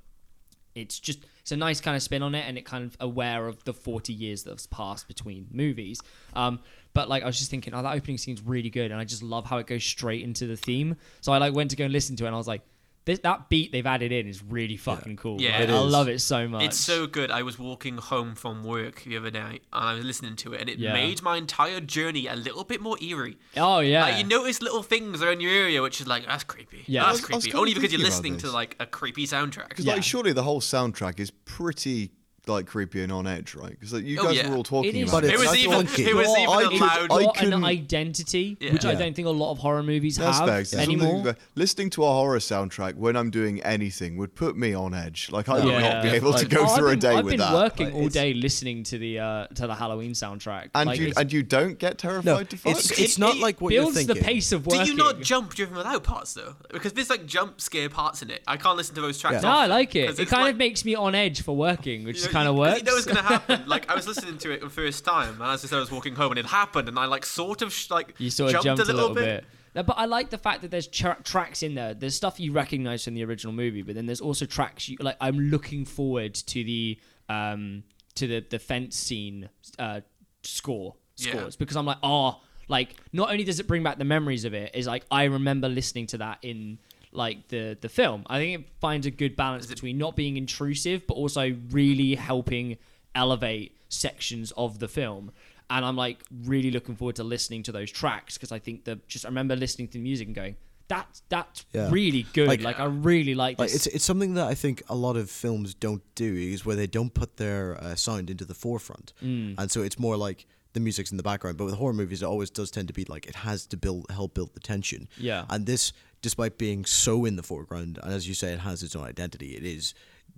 Speaker 3: it's just it's a nice kind of spin on it and it kind of aware of the 40 years that's passed between movies um but like i was just thinking oh that opening scene's really good and i just love how it goes straight into the theme so i like went to go and listen to it and i was like this, that beat they've added in is really fucking cool
Speaker 1: Yeah,
Speaker 3: Like,
Speaker 1: it
Speaker 3: i
Speaker 1: is.
Speaker 3: love it so much
Speaker 1: It's so good. I was walking home from work the other night and I was listening to it and it
Speaker 3: Yeah.
Speaker 1: made my entire journey a little bit more eerie.
Speaker 3: oh yeah
Speaker 1: Like, you notice little things around your area which is like, that's
Speaker 3: Yeah.
Speaker 1: creepy. Yeah.
Speaker 3: I
Speaker 1: That's
Speaker 3: was-
Speaker 4: I was
Speaker 1: creepy.
Speaker 4: kinda
Speaker 1: Only because you're
Speaker 4: thinking about
Speaker 1: listening to
Speaker 4: this.
Speaker 1: like a creepy soundtrack.
Speaker 4: Because
Speaker 3: Yeah.
Speaker 4: like surely the whole soundtrack is pretty like creepy and on edge, right? Because like, you
Speaker 1: Oh,
Speaker 4: guys
Speaker 1: yeah.
Speaker 4: were all talking
Speaker 3: It is-
Speaker 4: about
Speaker 2: But
Speaker 4: it.
Speaker 1: It was
Speaker 2: It's
Speaker 1: even
Speaker 2: funky.
Speaker 1: it was
Speaker 4: Well, I
Speaker 1: even
Speaker 4: could-
Speaker 1: allowed.
Speaker 4: I
Speaker 3: got
Speaker 4: couldn't-
Speaker 3: an identity
Speaker 1: Yeah.
Speaker 3: which i
Speaker 2: Yeah.
Speaker 3: don't think a lot of horror movies
Speaker 4: That's
Speaker 3: have
Speaker 4: fair, 'cause there's something
Speaker 3: anymore
Speaker 4: about- Listening to a horror soundtrack when I'm doing anything would put me on edge. Like I would
Speaker 3: Yeah.
Speaker 4: not be
Speaker 2: Yeah.
Speaker 4: able to
Speaker 2: Like-
Speaker 4: go
Speaker 3: Oh, I've
Speaker 4: through
Speaker 3: been,
Speaker 4: a day
Speaker 3: I've
Speaker 4: with
Speaker 3: been
Speaker 4: that.
Speaker 3: working
Speaker 4: Like,
Speaker 3: all
Speaker 4: it's-
Speaker 3: day listening to the uh, to the Halloween soundtrack.
Speaker 4: And
Speaker 3: Like,
Speaker 4: you
Speaker 3: it's-
Speaker 4: and you don't get terrified to fuck.
Speaker 2: It's,
Speaker 1: It-
Speaker 2: it's not
Speaker 1: it
Speaker 2: like what you're
Speaker 3: builds the
Speaker 2: thinking.
Speaker 3: pace of working.
Speaker 1: Do you not jump driven without parts though? Because there's like jump scare parts in it. I can't listen to those tracks.
Speaker 2: Yeah.
Speaker 3: No, I like it.
Speaker 1: 'Cause
Speaker 3: It
Speaker 1: it's
Speaker 3: kind
Speaker 1: like-
Speaker 3: of makes me on edge for working, which
Speaker 1: You know,
Speaker 3: kind of
Speaker 1: you- 'cause
Speaker 3: works.
Speaker 1: You know it's gonna happen. like I was listening to it the first time, and as I said, I was walking home, and it happened, and I like sort of sh- like
Speaker 3: you sort of
Speaker 1: jumped, a little, bit.
Speaker 3: No, but I like the fact that there's tra- tracks in there. There's stuff you recognize from the original movie, but then there's also tracks you like. I'm looking forward to the um to the the fence scene uh score
Speaker 1: Yeah.
Speaker 3: scores because I'm like, oh, like not only does it bring back the memories of it, is like I remember listening to that in like the the film. I think it finds a good balance between not being intrusive but also really helping elevate sections of the film. And I'm like really looking forward to listening to those tracks because I think the just I remember listening to the music and going that's that's
Speaker 2: Yeah.
Speaker 3: really good. Like,
Speaker 2: Like-
Speaker 3: I really like
Speaker 2: Like
Speaker 3: this.
Speaker 2: it's it's something that I think a lot of films don't do is where they don't put their uh, sound into the forefront,
Speaker 3: Mm.
Speaker 2: and so it's more like the music's in the background. But with horror movies, it always does tend to be like it has to build help build the tension.
Speaker 3: Yeah.
Speaker 2: and this, despite being so in the foreground, and as you say, it has its own identity. It is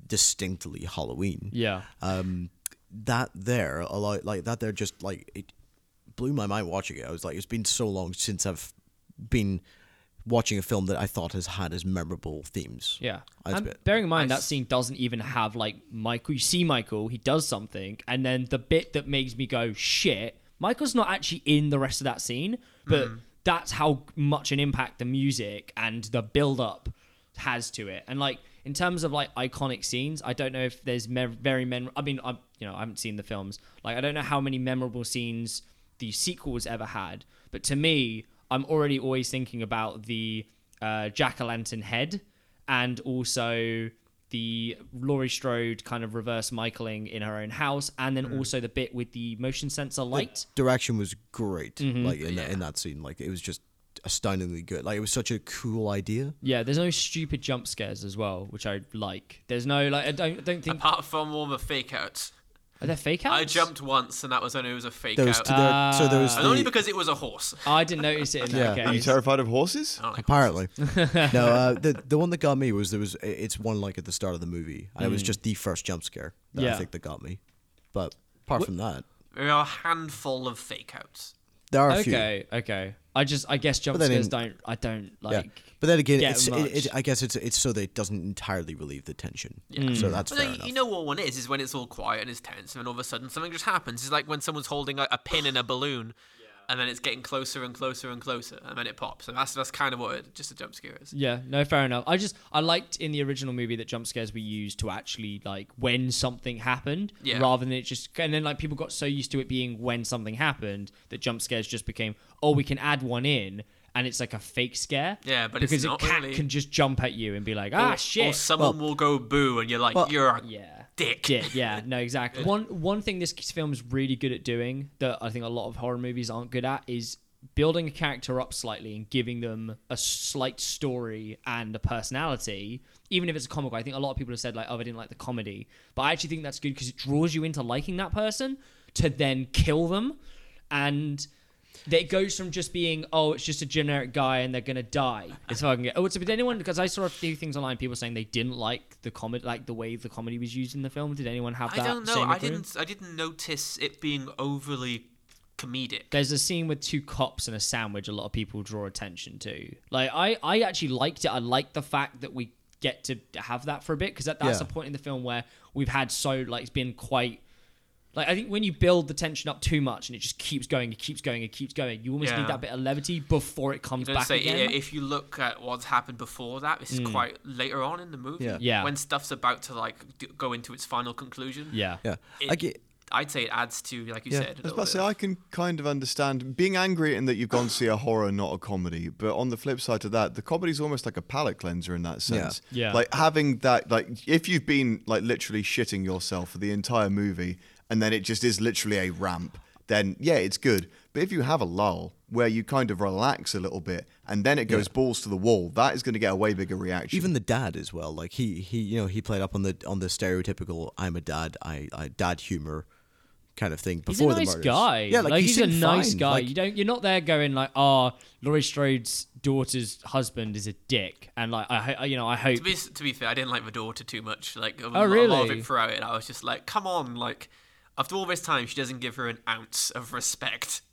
Speaker 2: distinctly Halloween.
Speaker 3: yeah.
Speaker 2: um, that there a lot like that there just like it blew my mind watching it. I was like, it's been so long since I've been watching a film that I thought has had as memorable themes.
Speaker 3: Yeah.
Speaker 2: That's
Speaker 3: And
Speaker 2: bit-
Speaker 3: bearing in mind that scene doesn't even have like Michael. You see Michael, he does something, and then the bit that makes me go shit, Michael's not actually in the rest of that scene, but
Speaker 2: Mm-hmm.
Speaker 3: that's how much an impact the music and the build up has to it. And like in terms of like iconic scenes, I don't know if there's me- very men. I mean, I you know I haven't seen the films. Like I don't know how many memorable scenes the sequels ever had, but to me, I'm already always thinking about the uh, jack o' lantern head and also the Laurie Strode kind of reverse Michaeling in her own house, and then also the bit with Hmm. the motion sensor light.
Speaker 2: Direction was great.
Speaker 3: Mm-hmm.
Speaker 2: Like in, that, in that scene, like it was just astoundingly good. Like it was such a cool idea.
Speaker 3: yeah, there's no stupid jump scares as well, which I like. There's no like I don't I don't think
Speaker 1: Apart from all the fake outs.
Speaker 3: are there fake outs.
Speaker 1: I jumped once, and that was only it was a fake
Speaker 2: There was
Speaker 1: out.
Speaker 2: there, so there
Speaker 3: uh,
Speaker 2: was
Speaker 1: and only
Speaker 2: the,
Speaker 1: because it was a horse.
Speaker 3: Oh, I didn't notice it in that
Speaker 2: Yeah.
Speaker 4: Are you
Speaker 3: case.
Speaker 4: terrified of horses?
Speaker 2: apparently no uh, the the one that got me was there was it's one like at the start of the movie and it was just the first jump scare that
Speaker 3: Mm. Yeah.
Speaker 2: I think that got me. But apart from that,
Speaker 1: There are a handful of fake outs.
Speaker 2: there are a few.
Speaker 3: okay, okay. I just I guess jump
Speaker 2: But then
Speaker 3: scares
Speaker 2: in-
Speaker 3: don't I don't like.
Speaker 2: But then again,
Speaker 3: get
Speaker 2: it's, it,
Speaker 3: much.
Speaker 2: it, I guess it's it's so that it doesn't entirely relieve the tension. So
Speaker 3: Mm.
Speaker 2: that's
Speaker 1: But
Speaker 2: fair
Speaker 1: then
Speaker 2: enough.
Speaker 1: you know what one is is when it's all quiet and it's tense, and then all of a sudden something just happens. It's like when someone's holding like, a pin in a balloon, and then it's getting closer and closer and closer, and then it pops. And that's that's kind of what it, just a jump scare is.
Speaker 3: Yeah, no, fair enough. I just I liked in the original movie that jump scares were used to actually like when something happened,
Speaker 1: Yeah.
Speaker 3: rather than it just and then like people got so used to it being when something happened that jump scares just became oh we can add one in and it's like a fake scare.
Speaker 1: Yeah, but it's
Speaker 3: because
Speaker 1: not
Speaker 3: a cat
Speaker 1: really.
Speaker 3: can just jump at you and be like ah
Speaker 1: or,
Speaker 3: shit.
Speaker 1: Or someone will go boo, and you're like, you're a
Speaker 3: yeah.
Speaker 1: dick.
Speaker 3: Dick, yeah, no, exactly. One one thing this film's really good at doing that I think a lot of horror movies aren't good at is building a character up slightly and giving them a slight story and a personality, even if it's a comic. I think a lot of people have said like, "Oh, I didn't like the comedy," but I actually think that's good because it draws you into liking that person to then kill them, and that it goes from just being oh it's just a generic guy and they're gonna die it's how I can get oh it's did anyone because I saw a few things online people saying they didn't like the comedy like the way the comedy was used in the film did anyone have
Speaker 1: I
Speaker 3: that
Speaker 1: don't know.
Speaker 3: same
Speaker 1: I
Speaker 3: agreement?
Speaker 1: didn't. I didn't notice it being overly comedic.
Speaker 3: there's a scene with two cops and a sandwich a lot of people draw attention to like I I actually liked it I liked the fact that we get to have that for a bit because that, that's
Speaker 2: Yeah.
Speaker 3: a point in the film where we've had so like it's been quite like I think when you build the tension up too much and it just keeps going, it keeps going, it keeps going. You almost
Speaker 1: Yeah.
Speaker 3: need that bit of levity before it comes
Speaker 1: You know,
Speaker 3: back
Speaker 1: say,
Speaker 3: again. Hmm.
Speaker 1: i- if you look at what's happened before that, this is quite later on in the movie.
Speaker 2: Yeah.
Speaker 3: Yeah.
Speaker 1: When stuff's about to like d- go into its final conclusion.
Speaker 3: Yeah.
Speaker 2: yeah,
Speaker 1: It,
Speaker 2: I get,
Speaker 1: I'd say it adds to, like you said. a
Speaker 4: I was
Speaker 1: little
Speaker 4: about to
Speaker 1: bit
Speaker 4: say,
Speaker 1: of-
Speaker 4: I can kind of understand being angry in that you've gone to see a horror, not a comedy. But on the flip side to that, the comedy's almost like a palate cleanser in that sense.
Speaker 3: Yeah. Yeah.
Speaker 4: Like having that, like if you've been like literally shitting yourself for the entire movie, and then it just is literally a ramp, then yeah, it's good. But if you have a lull where you kind of relax a little bit, and then it goes balls to the wall, that is going to get a way bigger reaction.
Speaker 2: even the dad as well. Like he he you know he played up on the on the stereotypical I'm a dad I, I dad humor kind of thing
Speaker 3: He's a
Speaker 2: before
Speaker 3: nice
Speaker 2: the murders.
Speaker 3: guy.
Speaker 2: Yeah, like, he
Speaker 3: he's a
Speaker 2: seemed
Speaker 3: nice
Speaker 2: fine.
Speaker 3: guy.
Speaker 2: Like,
Speaker 3: you don't. You're not there going like, "Ah, Laurie Strode's daughter's husband is a dick," and like, I, ho- I- you know, I hope.
Speaker 1: To be, to be fair, I didn't like the daughter too much. Like, a,
Speaker 3: Oh,
Speaker 1: a lot of
Speaker 3: really?
Speaker 1: it throughout it, I was just like, come on, like, after all this time, she doesn't give her an ounce of respect.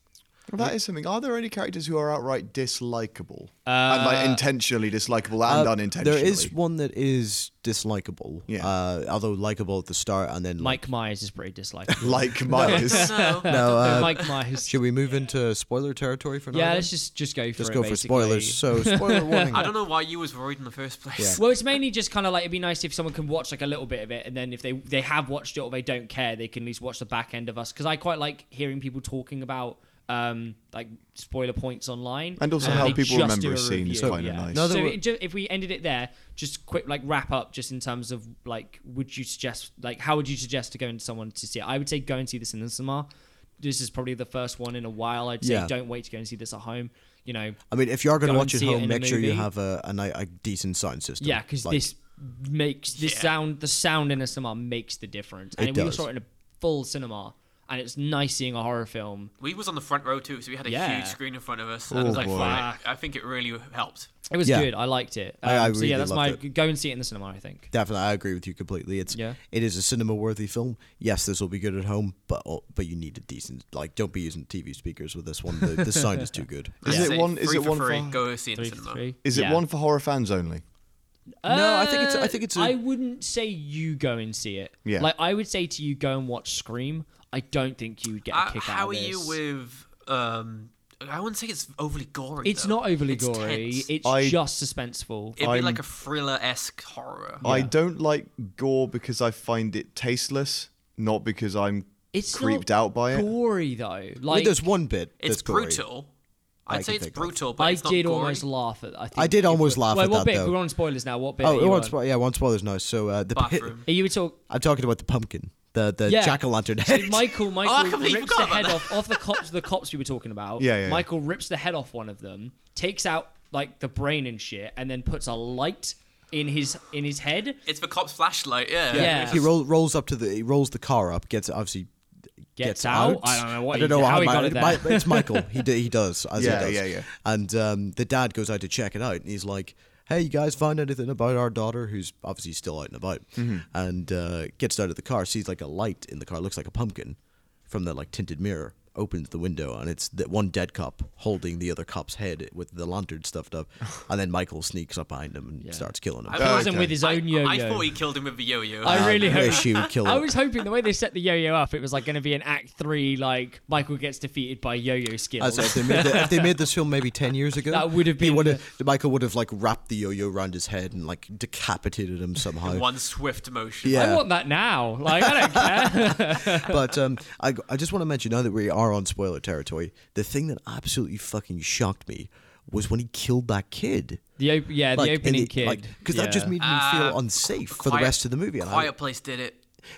Speaker 4: Well, that is something. Are there any characters who are outright dislikable
Speaker 1: Uh,
Speaker 4: and like intentionally dislikable and
Speaker 2: uh,
Speaker 4: unintentionally?
Speaker 2: There is one that is dislikable.
Speaker 4: Yeah.
Speaker 2: Uh, although likable at the start and then like,
Speaker 3: Mike Myers is pretty dislikable.
Speaker 4: like Myers.
Speaker 1: No.
Speaker 2: no, uh,
Speaker 3: Mike Myers.
Speaker 2: should we move into spoiler territory for now?
Speaker 3: Yeah,
Speaker 2: then?
Speaker 3: let's just just go for
Speaker 2: Just
Speaker 3: it,
Speaker 2: go for
Speaker 3: basically.
Speaker 2: spoilers. So spoiler warning.
Speaker 1: I don't know why you was worried in the first place.
Speaker 2: Yeah.
Speaker 3: Well, it's mainly just kind of like it'd be nice if someone can watch like a little bit of it, and then if they they have watched it or they don't care, they can at least watch the back end of us. Because I quite like hearing people talking about um, like spoiler points online,
Speaker 4: And also
Speaker 3: then
Speaker 4: how
Speaker 3: they
Speaker 4: people
Speaker 3: just
Speaker 4: remember
Speaker 3: do
Speaker 4: a scene is
Speaker 3: review,
Speaker 4: kinda
Speaker 3: yeah.
Speaker 4: nice.
Speaker 2: No,
Speaker 3: so
Speaker 2: there were-
Speaker 3: it ju- if we ended it there, just quick like wrap up, just in terms of like, would you suggest like how would you suggest to go into someone to see it? I would say go and see this in the cinema. This is probably the first one in a while. I'd say
Speaker 2: Yeah.
Speaker 3: don't wait to go and see this at home. You know,
Speaker 2: I mean, if you are going
Speaker 3: Go
Speaker 2: to watch
Speaker 3: and
Speaker 2: it
Speaker 3: see it
Speaker 2: home,
Speaker 3: in a
Speaker 2: make sure you
Speaker 3: movie.
Speaker 2: have a, a, ni- a decent sound system.
Speaker 3: Yeah, because
Speaker 2: Like,
Speaker 3: this makes this
Speaker 1: Yeah.
Speaker 3: sound the sound in a cinema makes the difference.
Speaker 2: It
Speaker 3: And we
Speaker 2: does.
Speaker 3: saw it in a full cinema, and it's nice seeing a horror film.
Speaker 1: We was on the front row too, so we had a
Speaker 3: Yeah.
Speaker 1: huge screen in front of us.
Speaker 2: Oh,
Speaker 1: and it was like,
Speaker 4: boy.
Speaker 1: fuck, I think it really helped.
Speaker 3: It was
Speaker 2: Yeah.
Speaker 3: good. I liked it. Um,
Speaker 2: I- I
Speaker 3: so
Speaker 2: really
Speaker 3: yeah, that's my
Speaker 2: loved
Speaker 3: go and see it in the cinema. I think.
Speaker 2: Definitely, I agree with you completely. It's
Speaker 3: Yeah.
Speaker 2: it is a cinema worthy film. Yes, this will be good at home, but but you need a decent like. Don't be using TV speakers with this one. The, the sound is too good.
Speaker 4: Is
Speaker 1: I'd
Speaker 4: it
Speaker 1: say
Speaker 4: one- is
Speaker 1: free
Speaker 4: it
Speaker 1: for
Speaker 4: one
Speaker 1: free?
Speaker 4: for-
Speaker 1: Go see it in
Speaker 3: Three for
Speaker 1: cinema.
Speaker 3: three.
Speaker 4: Is it
Speaker 3: Yeah.
Speaker 4: one for horror fans only?
Speaker 2: No, I think it's- I think it's a-
Speaker 3: Uh, I wouldn't say you go and see it.
Speaker 4: Yeah.
Speaker 3: Like I would say to you, go and watch Scream. I don't think you would get a
Speaker 1: Uh,
Speaker 3: kick
Speaker 1: how
Speaker 3: out
Speaker 1: are
Speaker 3: of this.
Speaker 1: you with? Um, I wouldn't say it's overly gory.
Speaker 3: It's
Speaker 1: though.
Speaker 3: not overly
Speaker 1: It's
Speaker 3: gory.
Speaker 1: tense.
Speaker 3: It's
Speaker 4: I-
Speaker 3: just suspenseful.
Speaker 1: It'd be
Speaker 4: I'm-
Speaker 1: like a thriller esque horror.
Speaker 4: I don't like gore because I find it tasteless, not because I'm
Speaker 3: it's
Speaker 4: creeped
Speaker 3: not
Speaker 4: out by it.
Speaker 3: Gory though.
Speaker 2: I mean,
Speaker 3: Like
Speaker 2: there's one bit
Speaker 1: It's
Speaker 2: that's gory.
Speaker 1: brutal.
Speaker 2: I
Speaker 1: I'd say
Speaker 2: can
Speaker 1: it's
Speaker 2: think of.
Speaker 1: brutal, but
Speaker 3: I
Speaker 1: it's not
Speaker 3: did
Speaker 1: gory.
Speaker 3: almost laugh at. I, think
Speaker 2: I did
Speaker 3: if
Speaker 2: almost
Speaker 3: we-
Speaker 2: laugh
Speaker 3: Wait,
Speaker 2: at
Speaker 3: what
Speaker 2: that,
Speaker 3: bit?
Speaker 2: though.
Speaker 3: We're on spoilers now. What bit?
Speaker 2: Oh,
Speaker 3: are you
Speaker 2: one
Speaker 3: on?
Speaker 2: spo- yeah, one spoiler's now. So uh, the pit,
Speaker 1: Bathroom.
Speaker 3: Are you talk?
Speaker 2: I'm talking about the pumpkin, the the
Speaker 3: Yeah.
Speaker 2: jack o' lantern head.
Speaker 3: Michael,
Speaker 1: Oh, I
Speaker 3: Michael
Speaker 1: completely
Speaker 3: rips the
Speaker 1: forgot
Speaker 3: head
Speaker 1: about
Speaker 3: off off the cops. The cops we were talking about.
Speaker 4: Yeah, yeah, yeah.
Speaker 3: Michael rips the head off one of them, takes out like the brain and shit, and then puts a light in his in his head.
Speaker 1: It's the cop's flashlight. Yeah.
Speaker 3: Yeah.
Speaker 2: He roll, rolls up to the he rolls the car up, gets obviously
Speaker 3: Gets, out. I don't know what.
Speaker 2: I don't
Speaker 3: he,
Speaker 2: know
Speaker 3: how
Speaker 2: how
Speaker 3: he
Speaker 2: Mi-
Speaker 3: got it there.
Speaker 2: Mi- it's Michael. He d- he does as
Speaker 4: Yeah,
Speaker 2: he does.
Speaker 4: yeah, yeah.
Speaker 2: And um, the dad goes out to check it out, and he's like, "Hey, you guys find anything about our daughter who's obviously still out and about?"
Speaker 4: Mm-hmm.
Speaker 2: And uh, gets out of the car, sees like a light in the car, looks like a pumpkin from the like tinted mirror. Opens the window and it's the one dead cop holding the other cop's head with the lantern stuffed up, and then Michael sneaks up behind him and starts killing him.
Speaker 1: I
Speaker 3: Kills
Speaker 1: thought-
Speaker 3: him with his
Speaker 1: I-
Speaker 3: own yo-yo.
Speaker 1: I thought he killed him with the yo-yo.
Speaker 3: I really
Speaker 2: I
Speaker 3: hope.
Speaker 2: wish he would kill
Speaker 3: I
Speaker 2: him.
Speaker 3: was hoping the way they set the yo-yo up, it was like going to be an act three, like Michael gets defeated by yo-yo
Speaker 2: I
Speaker 3: skills.
Speaker 2: said, if, they made the- if they made this film maybe ten years ago,
Speaker 3: That would have
Speaker 2: he
Speaker 3: been
Speaker 2: would've- Michael would have like wrapped the yo-yo around his head and like decapitated him somehow.
Speaker 1: One swift motion.
Speaker 2: Yeah.
Speaker 3: I want that now. Like I don't care.
Speaker 2: but um, I, I just want to mention now that we are on spoiler territory, the thing that absolutely fucking shocked me was when he killed that kid.
Speaker 3: The op- yeah, the
Speaker 2: in
Speaker 3: opening
Speaker 2: the-
Speaker 3: kid.
Speaker 2: because that just
Speaker 3: Yeah.
Speaker 2: made me feel unsafe for the
Speaker 1: Quiet-
Speaker 2: rest of the movie. And I-
Speaker 1: Quiet Place did it.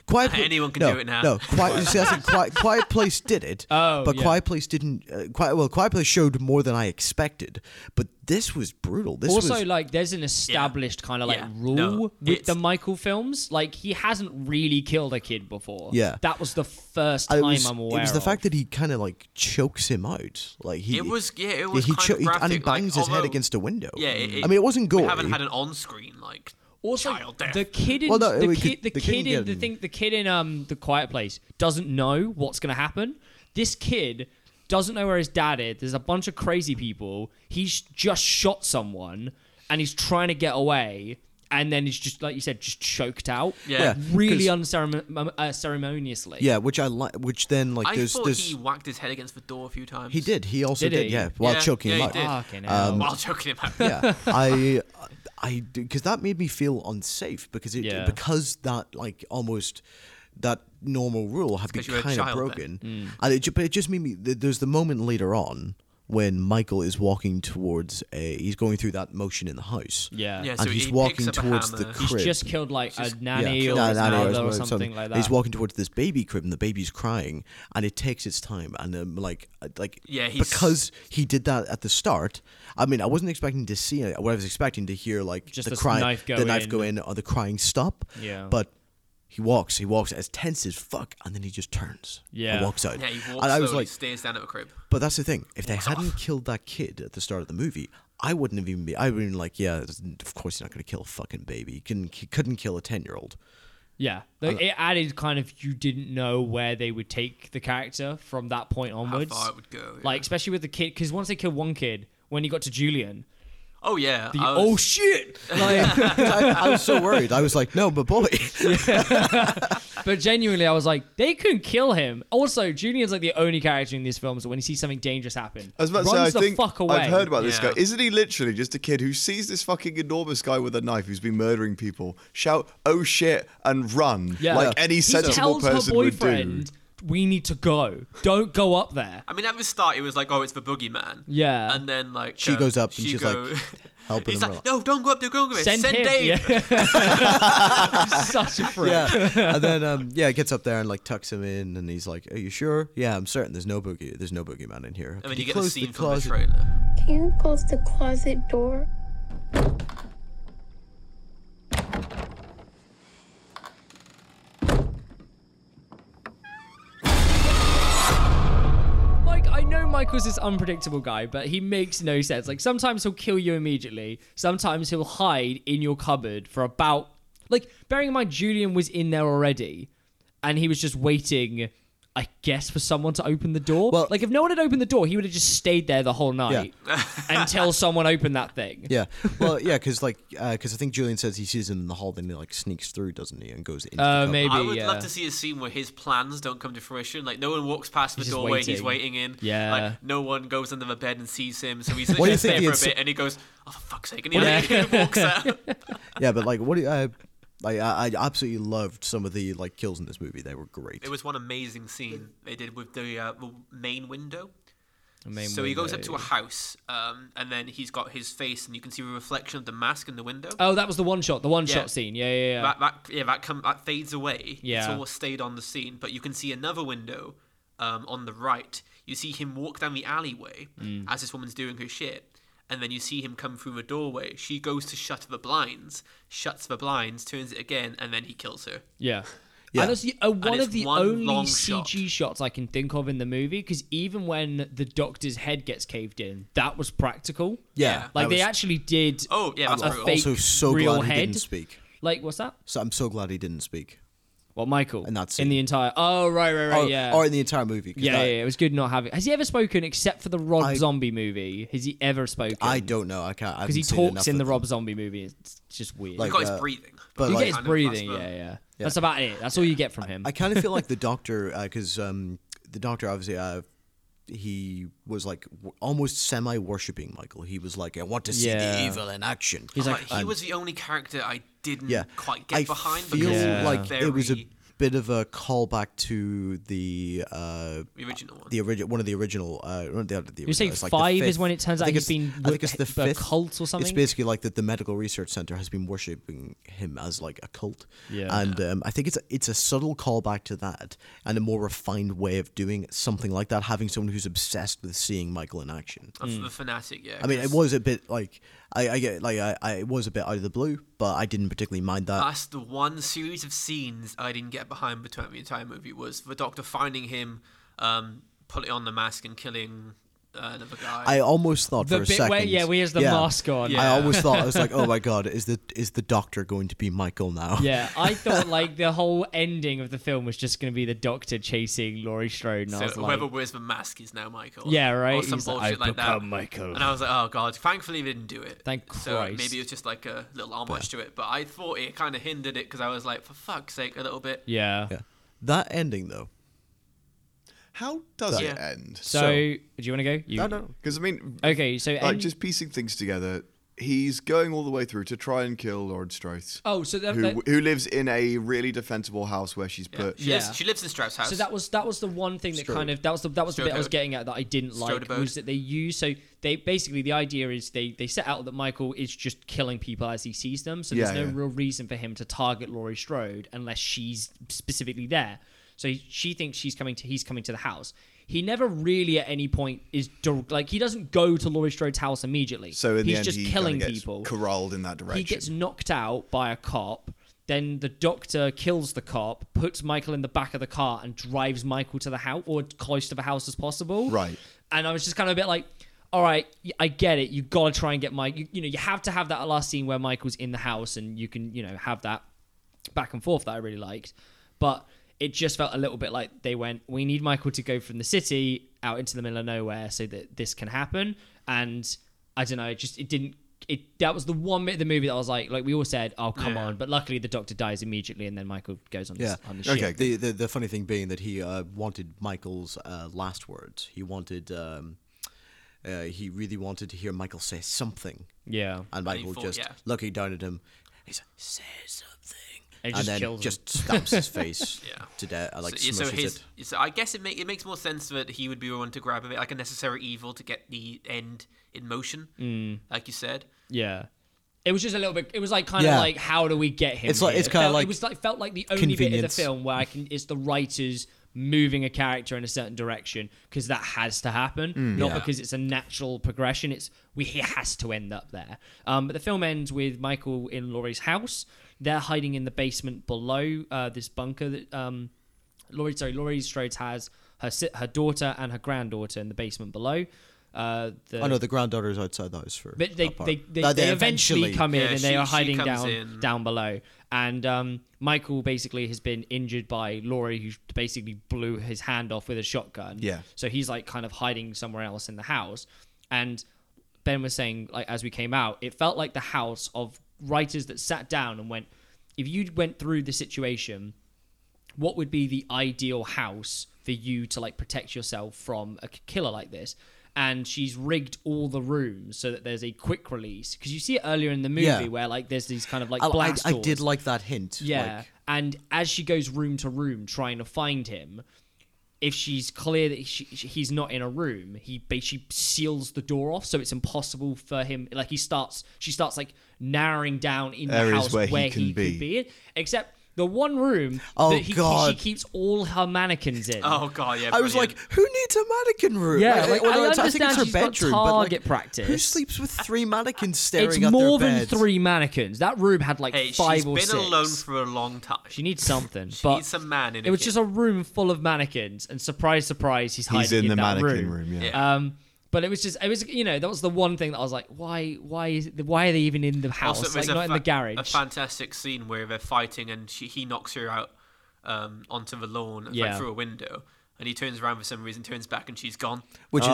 Speaker 2: Quiet Pla-
Speaker 1: Anyone can
Speaker 2: no,
Speaker 1: do it now.
Speaker 2: No, Quiet, you see, that's it. Quiet, Quiet Place did it,
Speaker 3: Oh,
Speaker 2: but
Speaker 3: yeah.
Speaker 2: Quiet Place didn't. Uh, Quiet, well, Quiet Place showed more than I expected, but this was brutal. This
Speaker 3: also,
Speaker 2: was,
Speaker 3: like, there's an established kind of like
Speaker 1: Yeah.
Speaker 3: rule
Speaker 1: No,
Speaker 3: with the
Speaker 1: it's-
Speaker 3: Michael films. Like, he hasn't really killed a kid before.
Speaker 2: Yeah.
Speaker 3: that was the first
Speaker 2: I
Speaker 3: time
Speaker 2: was-
Speaker 3: I'm aware.
Speaker 2: It was the
Speaker 3: of.
Speaker 2: fact that he kind of like chokes him out. Like he,
Speaker 1: It was- yeah, it was
Speaker 2: He
Speaker 1: kind
Speaker 2: cho-
Speaker 1: of
Speaker 2: he- and he
Speaker 1: graphic, like,
Speaker 2: bangs his head
Speaker 1: although-
Speaker 2: against a window.
Speaker 1: Yeah. It, it-
Speaker 2: Mm. I mean, it wasn't gory.
Speaker 1: We haven't had an on-screen like
Speaker 3: also
Speaker 1: child death.
Speaker 3: the kid in
Speaker 2: Well, no,
Speaker 3: the
Speaker 2: we
Speaker 3: kid
Speaker 2: could-
Speaker 3: the
Speaker 2: they
Speaker 3: kid
Speaker 2: couldn't
Speaker 3: in
Speaker 2: get
Speaker 3: the
Speaker 2: him.
Speaker 3: thing the kid in um the quiet place doesn't know what's gonna happen. This kid doesn't know where his dad is. There's a bunch of crazy people. He's just shot someone and he's trying to get away. And then he's just like you said, just choked out.
Speaker 1: Yeah.
Speaker 2: Yeah,
Speaker 3: really unceremoniously. Uh, ceremoniously.
Speaker 2: yeah, which I like. Which then like
Speaker 1: I
Speaker 2: there's
Speaker 1: thought
Speaker 2: there's
Speaker 1: he whacked his head against the door a few times.
Speaker 2: he did. He also
Speaker 3: Did
Speaker 2: did.
Speaker 3: he?
Speaker 2: Yeah, while
Speaker 1: Yeah,
Speaker 2: choking
Speaker 1: yeah,
Speaker 2: him
Speaker 1: he
Speaker 2: out.
Speaker 1: did.
Speaker 3: Fucking hell.
Speaker 1: While choking him out.
Speaker 2: yeah, I, I, because that made me feel unsafe because it
Speaker 3: Yeah.
Speaker 2: because that like almost that normal rule had been
Speaker 1: because you were a
Speaker 2: kind of
Speaker 1: child then.
Speaker 2: broken,
Speaker 3: Mm.
Speaker 2: and it, ju- but it just made me. th- There's the moment later on when Michael is walking towards a, he's going through that motion in the house,
Speaker 3: Yeah.
Speaker 1: Yeah,
Speaker 2: and
Speaker 1: so
Speaker 2: he's
Speaker 1: he
Speaker 2: walking
Speaker 1: picks up a
Speaker 2: towards the
Speaker 1: hammer.
Speaker 2: crib.
Speaker 3: He's just killed like a nanny
Speaker 2: Yeah,
Speaker 3: or
Speaker 2: no,
Speaker 3: his
Speaker 2: no, no,
Speaker 3: mother
Speaker 2: it's-
Speaker 3: or
Speaker 2: it's
Speaker 3: something, like that.
Speaker 2: He's walking towards this baby crib, and the baby's crying, and it takes its time. And um, like, uh, like,
Speaker 1: Yeah, he's-
Speaker 2: because he did that at the start. I mean, I wasn't expecting to see it. What I was expecting to hear, like,
Speaker 3: Just
Speaker 2: the
Speaker 3: this
Speaker 2: crying,
Speaker 3: knife go
Speaker 2: the knife
Speaker 3: in.
Speaker 2: go in, or the crying stop.
Speaker 3: Yeah.
Speaker 2: but. He walks, he walks as tense as fuck, and then he just turns.
Speaker 3: Yeah.
Speaker 2: And walks out.
Speaker 1: Yeah, he walks
Speaker 2: and I was
Speaker 1: slowly,
Speaker 2: like,
Speaker 1: stares down at the crib.
Speaker 2: but that's the thing. If they hadn't killed that kid at the start of the movie, I wouldn't have even be. I would have been like, yeah, of course you're not going to kill a fucking baby. You can, he couldn't kill a 10 year old.
Speaker 3: Yeah, Like, it added kind of you didn't know where they would take the character from that point onwards.
Speaker 1: far it would go, yeah.
Speaker 3: Like especially with the kid, because once they killed one kid, when he got to Julian,
Speaker 1: Oh yeah.
Speaker 3: the
Speaker 1: I
Speaker 3: oh
Speaker 1: was-
Speaker 3: shit! Like,
Speaker 2: I, I was so worried. I was like, no, but boy.
Speaker 3: but genuinely, I was like, they couldn't kill him. Also, Julian's like the only character in these films that when he sees something dangerous happen,
Speaker 4: I was about to
Speaker 3: runs
Speaker 4: say,
Speaker 3: the
Speaker 4: I think
Speaker 3: fuck away.
Speaker 4: I've heard about this
Speaker 1: Yeah.
Speaker 4: guy. Isn't he literally just a kid who sees this fucking enormous guy with a knife who's been murdering people, shout "Oh shit" and run
Speaker 3: Yeah.
Speaker 4: like any
Speaker 3: he
Speaker 4: sensible
Speaker 3: tells
Speaker 4: person
Speaker 3: her
Speaker 4: would do?
Speaker 3: boyfriend, we need to go. Don't go up there.
Speaker 1: I mean, at the start, it was like, oh, it's the boogeyman.
Speaker 3: Yeah.
Speaker 1: And then, like,
Speaker 2: She
Speaker 1: uh,
Speaker 2: goes up and she's like, helping
Speaker 1: He's
Speaker 2: him
Speaker 1: like,
Speaker 2: out.
Speaker 1: no, don't go up there, don't go up there. Send,
Speaker 3: him.
Speaker 1: Dave.
Speaker 3: Yeah. Such a freak.
Speaker 2: yeah. And then um, yeah, gets up there and like tucks him in, and he's like, "Are you sure? Yeah, I'm certain. There's no boogie. There's no boogeyman in here.
Speaker 1: And
Speaker 2: Could
Speaker 1: then you get a
Speaker 2: close the
Speaker 1: scene from the
Speaker 2: closet?"
Speaker 1: trailer.
Speaker 7: Can you close the closet door?
Speaker 3: Mike, I know Michael's this unpredictable guy, but he makes no sense. Like sometimes he'll kill you immediately. Sometimes he'll hide in your cupboard for about like bearing in mind Julian was in there already, and he was just waiting. I guess for someone to open the door.
Speaker 2: Well-
Speaker 3: like if no one had opened the door, he would have just stayed there the whole night until someone opened that thing.
Speaker 2: Yeah. Well, yeah, because like, because I think Julian says he sees him in the hall, then he like sneaks through, doesn't he, and goes into.
Speaker 3: Uh,
Speaker 2: the cupboard.
Speaker 3: maybe.
Speaker 1: I would
Speaker 3: yeah.
Speaker 1: love to see a scene where his plans don't come to fruition. Like no one walks past the
Speaker 3: He's just
Speaker 1: doorway he's
Speaker 3: waiting.
Speaker 1: waiting in.
Speaker 3: Yeah.
Speaker 1: Like no one goes under the bed and sees him, so he's
Speaker 2: do you
Speaker 1: just
Speaker 2: think
Speaker 1: there
Speaker 2: the
Speaker 1: for a
Speaker 2: ins-
Speaker 1: bit, and he goes, "Oh for fuck's sake!" and he like, walks out.
Speaker 2: Yeah, but like, what do you? Uh, like, I, I absolutely loved some of the like kills in this movie. They were great.
Speaker 1: It was one amazing scene they did with the, uh, the main window.
Speaker 3: main
Speaker 1: so he goes up to
Speaker 3: window.
Speaker 1: a house, um, and then he's got his face, and you can see a reflection of the mask in the window.
Speaker 3: Oh, that was the one shot, the one
Speaker 1: Yeah.
Speaker 3: shot scene. Yeah, yeah, yeah.
Speaker 1: That that yeah that come that fades away. it's
Speaker 3: Yeah.
Speaker 1: almost stayed on the scene, but you can see another window um, on the right. You see him walk down the alleyway
Speaker 3: Mm.
Speaker 1: as this woman's doing her shit, and then you see him come through the doorway. She goes to shut the blinds, shuts the blinds, turns it again, and then he kills her.
Speaker 3: Yeah.
Speaker 2: Yeah.
Speaker 3: And that's the, uh, one
Speaker 1: it's
Speaker 3: of the
Speaker 1: one
Speaker 3: only
Speaker 1: long
Speaker 3: CG
Speaker 1: shot.
Speaker 3: shots I can think of in the movie because even when the doctor's head gets caved in, that was practical.
Speaker 2: yeah,
Speaker 3: Like
Speaker 2: that
Speaker 3: they
Speaker 2: was-
Speaker 3: actually did.
Speaker 1: Oh yeah, that's
Speaker 3: a
Speaker 1: brutal.
Speaker 3: fake
Speaker 2: also so
Speaker 3: real
Speaker 2: glad
Speaker 3: head.
Speaker 2: he didn't speak.
Speaker 3: Like what's that?
Speaker 2: So I'm so glad he didn't speak.
Speaker 3: Well, Michael.
Speaker 2: And that's
Speaker 3: in
Speaker 2: it.
Speaker 3: the entire. Oh right, right, right.
Speaker 2: or,
Speaker 3: yeah.
Speaker 2: or in the entire movie. 'cause
Speaker 3: yeah,
Speaker 2: that-
Speaker 3: yeah, yeah. It was good not having. Has he ever spoken except for the Rob
Speaker 2: I-
Speaker 3: Zombie movie? Has he ever spoken?
Speaker 2: I don't know. I can't
Speaker 3: Because he talks in the Rob Zombie movie. It's just weird.
Speaker 1: He
Speaker 2: Like,
Speaker 1: got his
Speaker 2: uh,
Speaker 1: breathing.
Speaker 2: but
Speaker 3: you get
Speaker 1: I
Speaker 2: like-
Speaker 3: his
Speaker 1: know, that's
Speaker 3: breathing.
Speaker 1: the-
Speaker 3: Yeah, yeah, That's about it. That's all you get from him.
Speaker 2: I kind of feel like the doctor, because um, the doctor obviously, uh, he was like w- almost semi worshipping Michael. He was like, I want to see
Speaker 3: Yeah.
Speaker 2: the evil in action.
Speaker 3: He's
Speaker 1: Like,
Speaker 3: like,
Speaker 1: he was the only character I didn't
Speaker 2: yeah,
Speaker 1: quite get
Speaker 2: I
Speaker 1: behind.
Speaker 2: feel
Speaker 1: because
Speaker 3: Yeah.
Speaker 2: like it was a
Speaker 1: very-
Speaker 2: bit of a callback to the uh,
Speaker 1: the original one.
Speaker 2: the original one of the original. Uh, not the, the
Speaker 3: You're saying
Speaker 2: original, it's like the
Speaker 3: five
Speaker 2: fifth.
Speaker 3: is when it turns
Speaker 2: I
Speaker 3: out
Speaker 2: think
Speaker 3: he's
Speaker 2: it's-
Speaker 3: been
Speaker 2: I think it's the
Speaker 3: with a
Speaker 2: fifth
Speaker 3: cult or
Speaker 2: It's
Speaker 3: something?
Speaker 2: basically like that the medical research center has been worshiping him as like a cult.
Speaker 3: Yeah.
Speaker 2: and um, I think it's a, it's a subtle callback to that and a more refined way of doing something like that. Having someone who's obsessed with seeing Michael in action.
Speaker 1: Of
Speaker 3: Mm.
Speaker 1: The fanatic, yeah.
Speaker 2: I mean, it
Speaker 1: 'cause
Speaker 2: was a bit like I, I get like I, I it was a bit out of the blue, but I didn't particularly mind that.
Speaker 1: That's the one series of scenes I didn't get behind between the entire movie was the Doctor finding him, um, putting on the mask and killing uh, another guy.
Speaker 2: I almost thought
Speaker 3: The
Speaker 2: for a
Speaker 3: bit where-
Speaker 2: second.
Speaker 3: yeah, where he has the mask on.
Speaker 2: I
Speaker 1: Yeah.
Speaker 2: almost thought I was like, oh my god, is the is the doctor going to be Michael now?
Speaker 3: Yeah, I thought like the whole ending of the film was just going to be the Doctor chasing Laurie Strode, and I
Speaker 1: so
Speaker 3: was like,
Speaker 1: whoever wears the mask is now Michael.
Speaker 3: Yeah, right,
Speaker 1: Or some
Speaker 3: he's like,
Speaker 1: bullshit
Speaker 3: "I've
Speaker 1: like that.
Speaker 3: become Michael.
Speaker 1: And I was like, oh god. Thankfully, they didn't do it.
Speaker 3: Thank
Speaker 1: so
Speaker 3: Christ.
Speaker 1: Maybe it was just like a little homage to it, but I thought it kind of hindered it because I was like, for fuck's sake, a little bit.
Speaker 3: yeah.
Speaker 2: Yeah. That ending though.
Speaker 4: How does it
Speaker 1: Yeah.
Speaker 4: end?
Speaker 3: So,
Speaker 2: So-
Speaker 3: do you want to go? You...
Speaker 4: Because I mean,
Speaker 3: Okay, so
Speaker 4: like
Speaker 3: end-
Speaker 4: just piecing things together, he's going all the way through to try and kill Lauren Strauss,
Speaker 3: oh, so that,
Speaker 4: who
Speaker 3: that-
Speaker 4: who lives in a really defensible house where she's put.
Speaker 1: She,
Speaker 3: Yeah.
Speaker 1: Lives, she lives in Strauss' house.
Speaker 3: so that was that was the one thing that kind of that was the that was the bit I was
Speaker 1: Strodeberg.
Speaker 3: getting at that I didn't like
Speaker 1: Strodeberg.
Speaker 3: was that they use so they basically the idea is they they set out that Michael is just killing people as he sees them, so
Speaker 4: Yeah,
Speaker 3: there's no
Speaker 4: yeah.
Speaker 3: real reason for him to target Laurie Strode unless she's specifically there. So he- she thinks she's coming to he's coming to the house. He never really at any point is dir- like he doesn't go to Laurie Strode's house immediately.
Speaker 4: So in
Speaker 3: he's
Speaker 4: the end,
Speaker 3: just
Speaker 4: he kinda
Speaker 3: killing
Speaker 4: gets
Speaker 3: people.
Speaker 4: corralled in that direction.
Speaker 3: He gets knocked out by a cop. Then the doctor kills the cop, puts Michael in the back of the car, and drives Michael to the house or close to the house as possible.
Speaker 4: Right.
Speaker 3: And I was just kind of a bit like, all right, y- I get it. You gotta try and get Mike. You, you know, you have to have that last scene where Michael's in the house, and you can, you know, have that back and forth that I really liked. But it just felt a little bit like they went, we need Michael to go from the city out into the middle of nowhere so that this can happen. And I don't know, it just it didn't. It that was the one bit of the movie that I was like, like we all said, oh come on. But luckily, the Doctor dies immediately, and then Michael goes on
Speaker 2: Yeah.
Speaker 3: this on the ship.
Speaker 4: Okay.
Speaker 2: The, the the funny thing being that he uh, wanted Michael's uh, last words. He wanted um, uh, he really wanted to hear Michael say something.
Speaker 3: Yeah.
Speaker 2: And Michael
Speaker 1: thought,
Speaker 2: just
Speaker 1: yeah.
Speaker 2: looking down at him. He's like, say something.
Speaker 3: And he
Speaker 2: and,
Speaker 3: just
Speaker 2: then
Speaker 3: kills him.
Speaker 2: just stamps his face
Speaker 1: Yeah.
Speaker 2: to death. uh, Like
Speaker 1: so, yeah, so
Speaker 2: smushes
Speaker 1: his,
Speaker 2: it.
Speaker 1: so I guess it, make, it makes more sense that he would be the one to grab it, like a necessary evil to get the end in motion,
Speaker 3: Mm.
Speaker 1: like you said.
Speaker 3: Yeah. It was just a little bit. It was like kind of
Speaker 2: Yeah.
Speaker 3: like, how do we get him?
Speaker 2: It's like-
Speaker 3: here?
Speaker 2: it's
Speaker 3: It
Speaker 2: kinda
Speaker 3: felt-
Speaker 2: like
Speaker 3: it was like felt like the only bit of the
Speaker 2: convenience.
Speaker 3: film where I can. It's the writers moving a character in a certain direction because that has to happen, not
Speaker 2: Mm. Yeah.
Speaker 3: because it's a natural progression. It's we he has to end up there. Um, but the film ends with Michael in Laurie's house. They're hiding in the basement below uh, this bunker that um, Laurie, sorry, Laurie Strode has her si- her daughter and her granddaughter in the basement below. Uh, the,
Speaker 2: Oh no, the granddaughter is outside the house for.
Speaker 3: but they,
Speaker 2: that part.
Speaker 3: they, they,
Speaker 2: No,
Speaker 3: they eventually come in
Speaker 1: Yeah,
Speaker 3: and they
Speaker 1: she-
Speaker 3: are
Speaker 1: she
Speaker 3: hiding
Speaker 1: comes
Speaker 3: down
Speaker 1: in.
Speaker 3: down below. And um, Michael basically has been injured by Laurie, who basically blew his hand off with a shotgun.
Speaker 4: Yeah.
Speaker 3: So he's like kind of hiding somewhere else in the house. And Ben was saying, like as we came out, it felt like the house of writers that sat down and went, if you went through the situation, what would be the ideal house for you to like protect yourself from a k- killer like this and she's rigged all the rooms so that there's a quick release because you see it earlier in the movie
Speaker 2: Yeah. Oh,
Speaker 3: where like there's these kind of like
Speaker 2: I, I,
Speaker 3: blast
Speaker 2: I
Speaker 3: doors.
Speaker 2: did like that hint.
Speaker 3: yeah
Speaker 2: Like,
Speaker 3: and as she goes room to room trying to find him if she's clear that she, she- he's not in a room he ba- she seals the door off so it's impossible for him like he starts she starts like narrowing down in the
Speaker 4: Areas
Speaker 3: house
Speaker 4: where
Speaker 3: where,
Speaker 4: he
Speaker 3: he,
Speaker 4: can
Speaker 3: could
Speaker 4: be.
Speaker 3: be in except the one room
Speaker 2: Oh,
Speaker 3: that he, she
Speaker 2: God.
Speaker 3: keeps all her mannequins in.
Speaker 1: Oh god, yeah.
Speaker 2: I was
Speaker 1: brilliant.
Speaker 2: like, who needs a mannequin room?
Speaker 3: Yeah, like,
Speaker 2: oh,
Speaker 3: I
Speaker 2: it's-
Speaker 3: understand
Speaker 2: think it's her
Speaker 3: she's got
Speaker 2: bedroom, but, like,
Speaker 3: target practice.
Speaker 2: Who sleeps with three mannequins staring
Speaker 3: it's
Speaker 2: at
Speaker 3: more
Speaker 2: their
Speaker 3: than
Speaker 2: bed?
Speaker 3: three mannequins. That room had like
Speaker 1: hey,
Speaker 3: five
Speaker 1: she's
Speaker 3: or
Speaker 1: been
Speaker 3: six.
Speaker 1: alone for a long time.
Speaker 3: she needs something, but
Speaker 1: needs a man in
Speaker 3: it
Speaker 1: a
Speaker 3: was
Speaker 1: kit.
Speaker 3: just a room full of mannequins, and surprise, surprise, he's hiding
Speaker 4: He's in the
Speaker 3: that room.
Speaker 4: mannequin room, yeah.
Speaker 1: Yeah.
Speaker 3: Um, but it was just, it was, you know, that was the one thing that I was like, why, why is, why are they even in the house?
Speaker 1: Also, there's
Speaker 3: like, not in
Speaker 1: fa-
Speaker 3: the garage.
Speaker 1: A fantastic scene where they're fighting and she, he knocks her out um, onto the lawn like,
Speaker 3: Yeah.
Speaker 1: through a window, and he turns around for some reason, turns back, and she's gone.
Speaker 2: Which is
Speaker 4: Oh,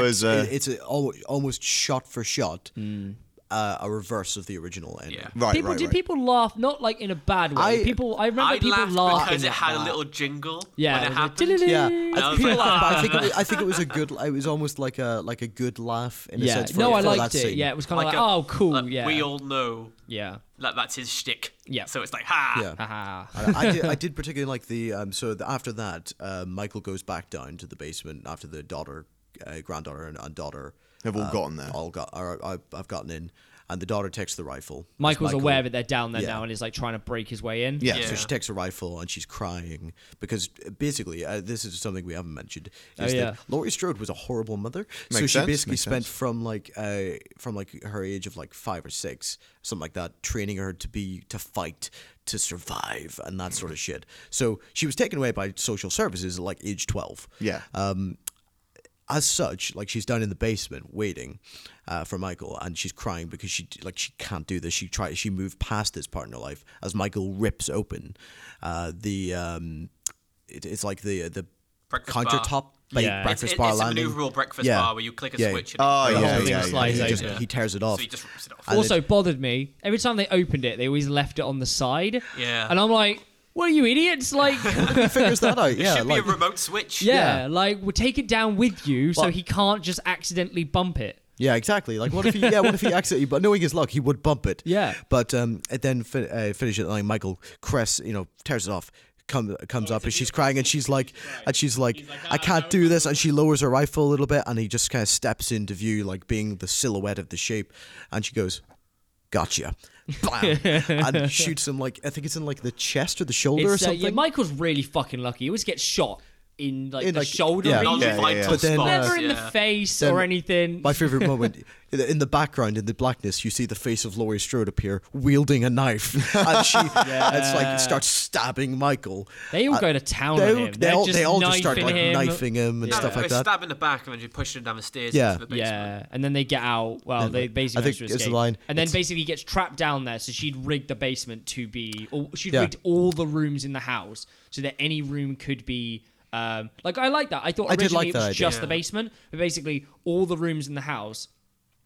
Speaker 2: an exact,
Speaker 4: is it?
Speaker 2: it- it's a, al- almost shot for shot,
Speaker 3: Hmm.
Speaker 2: uh, a reverse of the original ending.
Speaker 1: Yeah.
Speaker 4: Right,
Speaker 3: people,
Speaker 4: right,
Speaker 3: do
Speaker 4: right.
Speaker 3: people laugh? Not like in a bad way.
Speaker 2: I-
Speaker 3: people, I remember
Speaker 1: I
Speaker 3: people
Speaker 1: laughed
Speaker 3: laughing
Speaker 1: because it
Speaker 3: at
Speaker 1: had
Speaker 3: that.
Speaker 1: a little jingle
Speaker 3: yeah,
Speaker 1: when
Speaker 3: it was
Speaker 1: it
Speaker 3: like,
Speaker 1: happened.
Speaker 3: "Dee-dee-dee."
Speaker 2: Yeah,
Speaker 1: And I
Speaker 2: I,
Speaker 1: was
Speaker 2: people
Speaker 1: like,
Speaker 2: laugh, but I think it was, I think it was a good. It was almost like a like a good laugh in a
Speaker 3: yeah.
Speaker 2: sense. For,
Speaker 3: No, I
Speaker 2: for
Speaker 3: liked
Speaker 2: that
Speaker 3: it.
Speaker 2: scene.
Speaker 3: Yeah, it was kind of like,
Speaker 1: a-
Speaker 3: oh, cool.
Speaker 1: like,
Speaker 3: yeah,
Speaker 1: We all know
Speaker 3: yeah.
Speaker 1: that that's his shtick.
Speaker 3: Yeah.
Speaker 1: So it's like, ha.
Speaker 2: Yeah.
Speaker 3: Haha.
Speaker 2: I, I did, I did particularly like the um, so the, after that uh, Michael goes back down to the basement after the daughter, uh, granddaughter, and, and daughter
Speaker 4: Have all
Speaker 2: uh,
Speaker 4: gotten there.
Speaker 2: All got. Or, I, I've gotten in, and the daughter takes the rifle.
Speaker 3: Michael's
Speaker 2: Michael-
Speaker 3: aware that they're down there
Speaker 2: yeah.
Speaker 3: now and is like trying to break his way in.
Speaker 4: Yeah.
Speaker 1: Yeah.
Speaker 2: So she takes a rifle and she's crying because basically uh, this is something we haven't mentioned is
Speaker 3: Oh, yeah.
Speaker 2: that Laurie Strode was a horrible mother. so she
Speaker 4: Makes sense,
Speaker 2: basically
Speaker 4: makes
Speaker 2: spent
Speaker 4: sense.
Speaker 2: from like uh, from like her age of like five or six, something like that, training her to be to fight, to survive, and that sort of shit. So she was taken away by social services at like age twelve
Speaker 4: Yeah.
Speaker 2: as such, like she's down in the basement waiting uh, for Michael, and she's crying because she like she can't do this. She tries she moved past this part in her life as Michael rips open uh, the um, it, it's like the the
Speaker 1: Breakfast
Speaker 2: countertop
Speaker 1: bar.
Speaker 2: ba-
Speaker 3: Yeah.
Speaker 2: breakfast
Speaker 1: It's,
Speaker 2: bar
Speaker 1: it's a
Speaker 2: landing.
Speaker 1: maneuverable breakfast
Speaker 2: Yeah.
Speaker 1: bar where you click a
Speaker 2: Yeah.
Speaker 1: switch and
Speaker 4: oh,
Speaker 1: it
Speaker 4: yeah,
Speaker 1: goes
Speaker 4: yeah,
Speaker 1: off.
Speaker 3: thing
Speaker 4: yeah, yeah.
Speaker 3: slides
Speaker 2: he, just,
Speaker 3: open.
Speaker 2: he tears it off.
Speaker 1: So he just rips it off.
Speaker 2: And
Speaker 3: also
Speaker 2: it-
Speaker 3: bothered me every time they opened it they always left it on the side
Speaker 1: Yeah.
Speaker 3: and i'm like what are you idiots like yeah,
Speaker 2: he figures that out. Yeah,
Speaker 1: Should
Speaker 2: like,
Speaker 1: be a remote switch.
Speaker 3: like we'll take it down with you so
Speaker 2: Well-
Speaker 3: he can't just accidentally bump it
Speaker 2: Yeah, exactly. Like, what if he? Yeah, what if he accidentally? But knowing his luck, he would bump it.
Speaker 3: Yeah.
Speaker 2: But um, it then fin- uh, finish it. Like Michael Cress, you know, tears it off. Come, comes
Speaker 3: Oh,
Speaker 2: up and she's crying and she's like, and she's like,
Speaker 3: "Ah,
Speaker 2: I can't do this. And she lowers her rifle a little bit and he just kind of steps into view, like being the silhouette of the shape. And she goes, "Gotcha," bam, and shoots him like I think it's in like the chest or the shoulder or
Speaker 3: It's, uh,
Speaker 2: something.
Speaker 3: yeah, michael's really fucking lucky he always gets shot in like
Speaker 2: In,
Speaker 3: the
Speaker 2: like,
Speaker 3: shoulder
Speaker 2: yeah.
Speaker 3: region.
Speaker 1: Non-vital
Speaker 4: Yeah, yeah, yeah.
Speaker 2: But then,
Speaker 1: spots,
Speaker 3: never in
Speaker 1: yeah.
Speaker 3: the face
Speaker 2: Then
Speaker 3: or anything
Speaker 2: My favorite moment in the- in the background, in the blackness, you see the face of Laurie Strode appear, wielding a knife, and she and it's like starts stabbing Michael.
Speaker 3: they all
Speaker 2: Uh,
Speaker 3: go to town on
Speaker 2: they, all-
Speaker 3: him
Speaker 2: they
Speaker 3: They're
Speaker 2: all,
Speaker 3: just
Speaker 2: they all just start
Speaker 3: knifing
Speaker 2: like
Speaker 3: him.
Speaker 2: knifing him and
Speaker 1: Yeah,
Speaker 2: stuff like
Speaker 1: they
Speaker 2: that.
Speaker 1: Stab in the back and then you push him down the stairs.
Speaker 2: Yeah.
Speaker 1: Into the basement.
Speaker 3: Yeah, and then they get out. Well,
Speaker 2: Yeah.
Speaker 3: they basically
Speaker 2: I think
Speaker 3: manage to
Speaker 2: it's the
Speaker 3: escape.
Speaker 2: line,
Speaker 3: And then
Speaker 2: it's-
Speaker 3: basically he gets trapped down there. So she'd rigged the basement to be, or she'd
Speaker 2: Yeah.
Speaker 3: rigged all the rooms in the house so that any room could be. Um, like I like that. I thought
Speaker 2: I did
Speaker 3: originally
Speaker 2: like
Speaker 3: it was
Speaker 2: that idea.
Speaker 3: just the
Speaker 1: Yeah.
Speaker 3: basement, but basically all the rooms in the house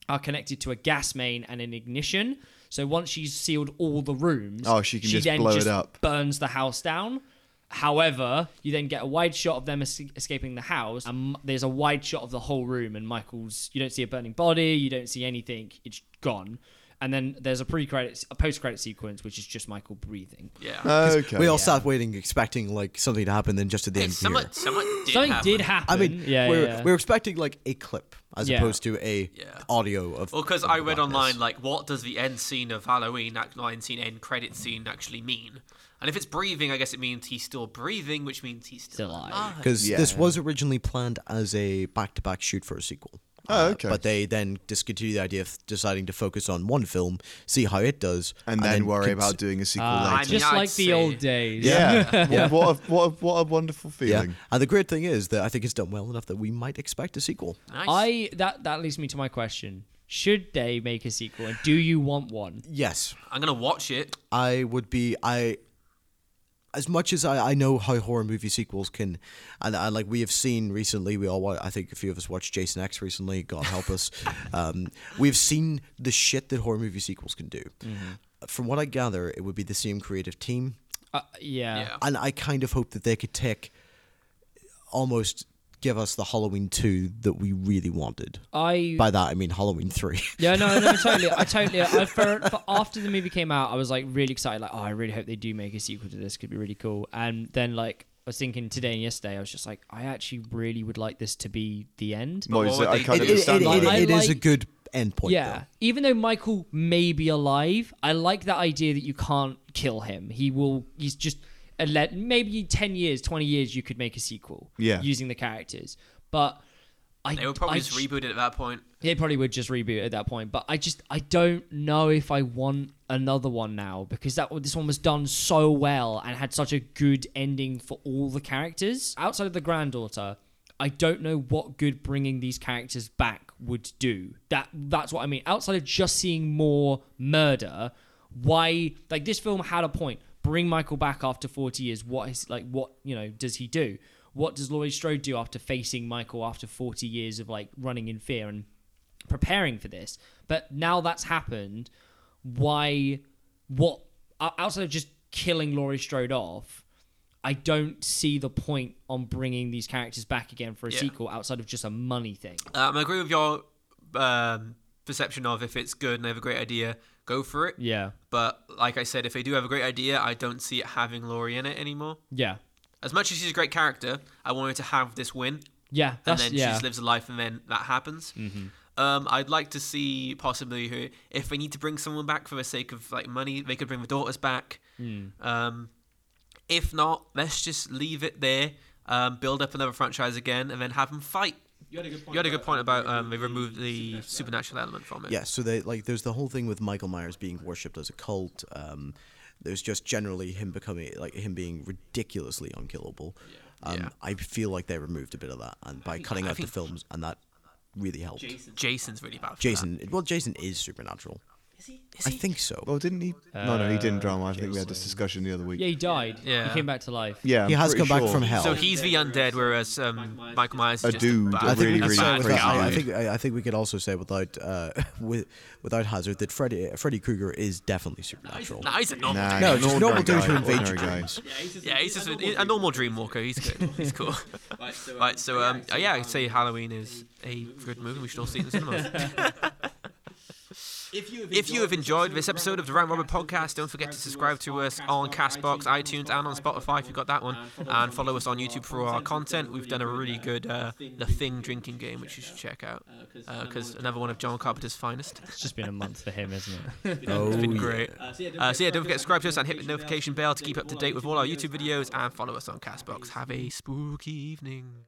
Speaker 3: are connected to a gas main and an ignition. So once she's sealed all the rooms,
Speaker 4: Oh, she can just blow it up.
Speaker 3: burns the house down. However, you then get a wide shot of them es- escaping the house, and m- there's a wide shot of the whole room, and Michael's. You don't see a burning body. You don't see anything. It's gone. and then there's a pre-credits, a post-credit sequence, which is just Michael breathing.
Speaker 1: Yeah.
Speaker 2: 'Cause
Speaker 4: Okay.
Speaker 2: We all sat waiting, expecting like something to happen, then just at the
Speaker 1: Hey,
Speaker 2: end
Speaker 1: someone,
Speaker 2: here.
Speaker 1: someone did
Speaker 3: Something
Speaker 1: happen.
Speaker 3: did happen.
Speaker 2: I mean,
Speaker 3: yeah,
Speaker 2: we're,
Speaker 3: yeah.
Speaker 2: we're expecting like a clip as
Speaker 3: Yeah.
Speaker 2: opposed to a
Speaker 1: Yeah.
Speaker 2: audio of.
Speaker 1: Well, because
Speaker 2: of
Speaker 1: I read
Speaker 2: blackness.
Speaker 1: online, like, what does the end scene of Halloween, act line scene, end credit scene actually mean? And if it's breathing, I guess it means he's still breathing, which means he's still,
Speaker 3: Still alive.
Speaker 2: because this was originally planned as a back-to-back shoot for a sequel. Uh,
Speaker 4: Oh, okay.
Speaker 2: But they then discontinued the idea of deciding to focus on one film, see how it does,
Speaker 4: and then worry
Speaker 2: cons-
Speaker 4: about doing a sequel
Speaker 3: Ah,
Speaker 1: I
Speaker 4: later.
Speaker 1: mean,
Speaker 3: just
Speaker 1: I'd
Speaker 3: like the
Speaker 1: say-
Speaker 3: old days.
Speaker 4: yeah. What, a, what, a, what a wonderful
Speaker 2: Yeah,
Speaker 4: feeling.
Speaker 2: and the great thing is that I think it's done well enough that we might expect a sequel.
Speaker 1: Nice.
Speaker 3: I that that leads me to my question: Should they make a sequel, and do you want one?
Speaker 2: Yes,
Speaker 1: I'm gonna watch it.
Speaker 2: I would be I as much as I, I know how horror movie sequels can and, and like we have seen recently we all wa- I think a few of us watched Jason X recently god help us um, we've seen the shit that horror movie sequels can do
Speaker 3: Mm-hmm.
Speaker 2: from what I gather it would be the same creative team
Speaker 3: Uh, yeah.
Speaker 1: Yeah.
Speaker 2: and I kind of hope that they could take almost give us the Halloween 2 that we really wanted
Speaker 3: I
Speaker 2: by that I mean Halloween 3
Speaker 3: yeah no no totally I totally I for, for after the movie came out I was like really excited like oh I really hope they do make a sequel to this could be really cool and then like I was thinking today and yesterday I was just like I actually really would like this to be the end
Speaker 4: What
Speaker 1: what
Speaker 4: is it?
Speaker 1: would
Speaker 4: I
Speaker 1: they
Speaker 4: can't
Speaker 1: do?
Speaker 2: it, it-
Speaker 4: understand.
Speaker 2: it-
Speaker 4: that.
Speaker 2: it-
Speaker 3: I
Speaker 2: it is a
Speaker 3: like-
Speaker 2: good endpoint
Speaker 3: yeah
Speaker 2: though.
Speaker 3: even though Michael may be alive I like that idea that you can't kill him he will he's just a let maybe 10 years 20 years you could make a sequel
Speaker 4: Yeah.
Speaker 3: using the characters but I
Speaker 1: They would probably
Speaker 3: I
Speaker 1: just
Speaker 3: j-
Speaker 1: reboot it at that point.
Speaker 3: They probably would just reboot at that point, but I just I don't know if I want another one now because that this one was done so well and had such a good ending for all the characters outside of the granddaughter. I don't know what good bringing these characters back would do. That that's what I mean. Outside of just seeing more murder, why like this film had a point. Bring Michael back after 40 years. What is like what, you know, does he do? What does Laurie Strode do after facing Michael after 40 years of like running in fear and preparing for this. But now that's happened, why? What o- outside of just killing Laurie Strode off? I don't see the point on bringing these characters back again for a
Speaker 1: Yeah.
Speaker 3: sequel outside of just a money thing.
Speaker 1: Um, I agree with your um, perception of if it's good and they have a great idea, go for it.
Speaker 3: Yeah,
Speaker 1: But like I said, if they do have a great idea, I don't see it having Laurie in it anymore.
Speaker 3: yeah,
Speaker 1: As much as she's a great character, I want her to have this win,
Speaker 3: yeah.
Speaker 1: and
Speaker 3: That's
Speaker 1: then she
Speaker 3: yeah.
Speaker 1: just lives a life, and then that happens. Um, I'd like to see possibly who, if they need to bring someone back for the sake of like money, they could bring the daughters back. Um, if not, let's just leave it there. Um, build up another franchise again, and then have them fight. You had a good point. about, um, they removed the supernatural element from it.
Speaker 2: Yeah, so they like there's the whole thing with Michael Myers being worshipped as a cult. Um, there's just generally him becoming like him being ridiculously unkillable. Um,
Speaker 1: Yeah.
Speaker 2: I feel like they removed a bit of that, and by cutting out the films, and that really helped. Jason,
Speaker 1: Jason's really bad. For
Speaker 2: well, Jason is supernatural.
Speaker 1: that. is he? Is
Speaker 2: I
Speaker 1: he?
Speaker 2: think so.
Speaker 4: Well, didn't he? No, no, he didn't drown. I think we had this discussion the other week.
Speaker 3: yeah, he died.
Speaker 1: Yeah.
Speaker 3: he came back to life.
Speaker 4: Yeah,
Speaker 2: he
Speaker 4: I'm
Speaker 2: has
Speaker 4: pretty
Speaker 2: come back
Speaker 4: sure.
Speaker 2: from hell.
Speaker 1: So he's the undead, whereas um, Michael Myers is
Speaker 4: A
Speaker 1: just
Speaker 4: dude,
Speaker 1: bad
Speaker 4: a
Speaker 2: I think,
Speaker 4: really,
Speaker 2: we could
Speaker 1: a
Speaker 4: really
Speaker 2: say
Speaker 1: bad
Speaker 4: crazy
Speaker 2: without,
Speaker 1: guy.
Speaker 2: I, I
Speaker 4: dude.
Speaker 2: think I, I think we could also say without uh, with without hazard that Freddy Freddy Krueger is definitely supernatural.
Speaker 1: Nah, he's a normal.
Speaker 4: Nah,
Speaker 1: dude.
Speaker 2: No,
Speaker 4: he's
Speaker 2: just
Speaker 4: an
Speaker 2: normal
Speaker 4: ordinary
Speaker 2: dudes who
Speaker 4: guy,
Speaker 2: invade your
Speaker 4: ordinary guy.
Speaker 2: dreams.
Speaker 1: Yeah, he's just a, a normal dream walker. He's good. He's cool. right, so, um, uh, yeah, I'd say Halloween is a good movie. We should all see it in the cinemas. If you have enjoyed this episode of the Round Robin Podcast, don't forget to subscribe to us on Castbox, iTunes, and on Spotify if you got that one. And follow us on YouTube for our content. We've done a really good uh, The Thing drinking game, which you should check out. uh, Because another one of John Carpenter's finest.
Speaker 3: It's just been a month for him, isn't it?
Speaker 2: Oh,
Speaker 1: It's been
Speaker 2: yeah.
Speaker 1: great. Uh, so, yeah, don't, forget to subscribe to us and hit the notification bell to keep up to date with all our YouTube videos and follow us on Castbox. Have a spooky evening.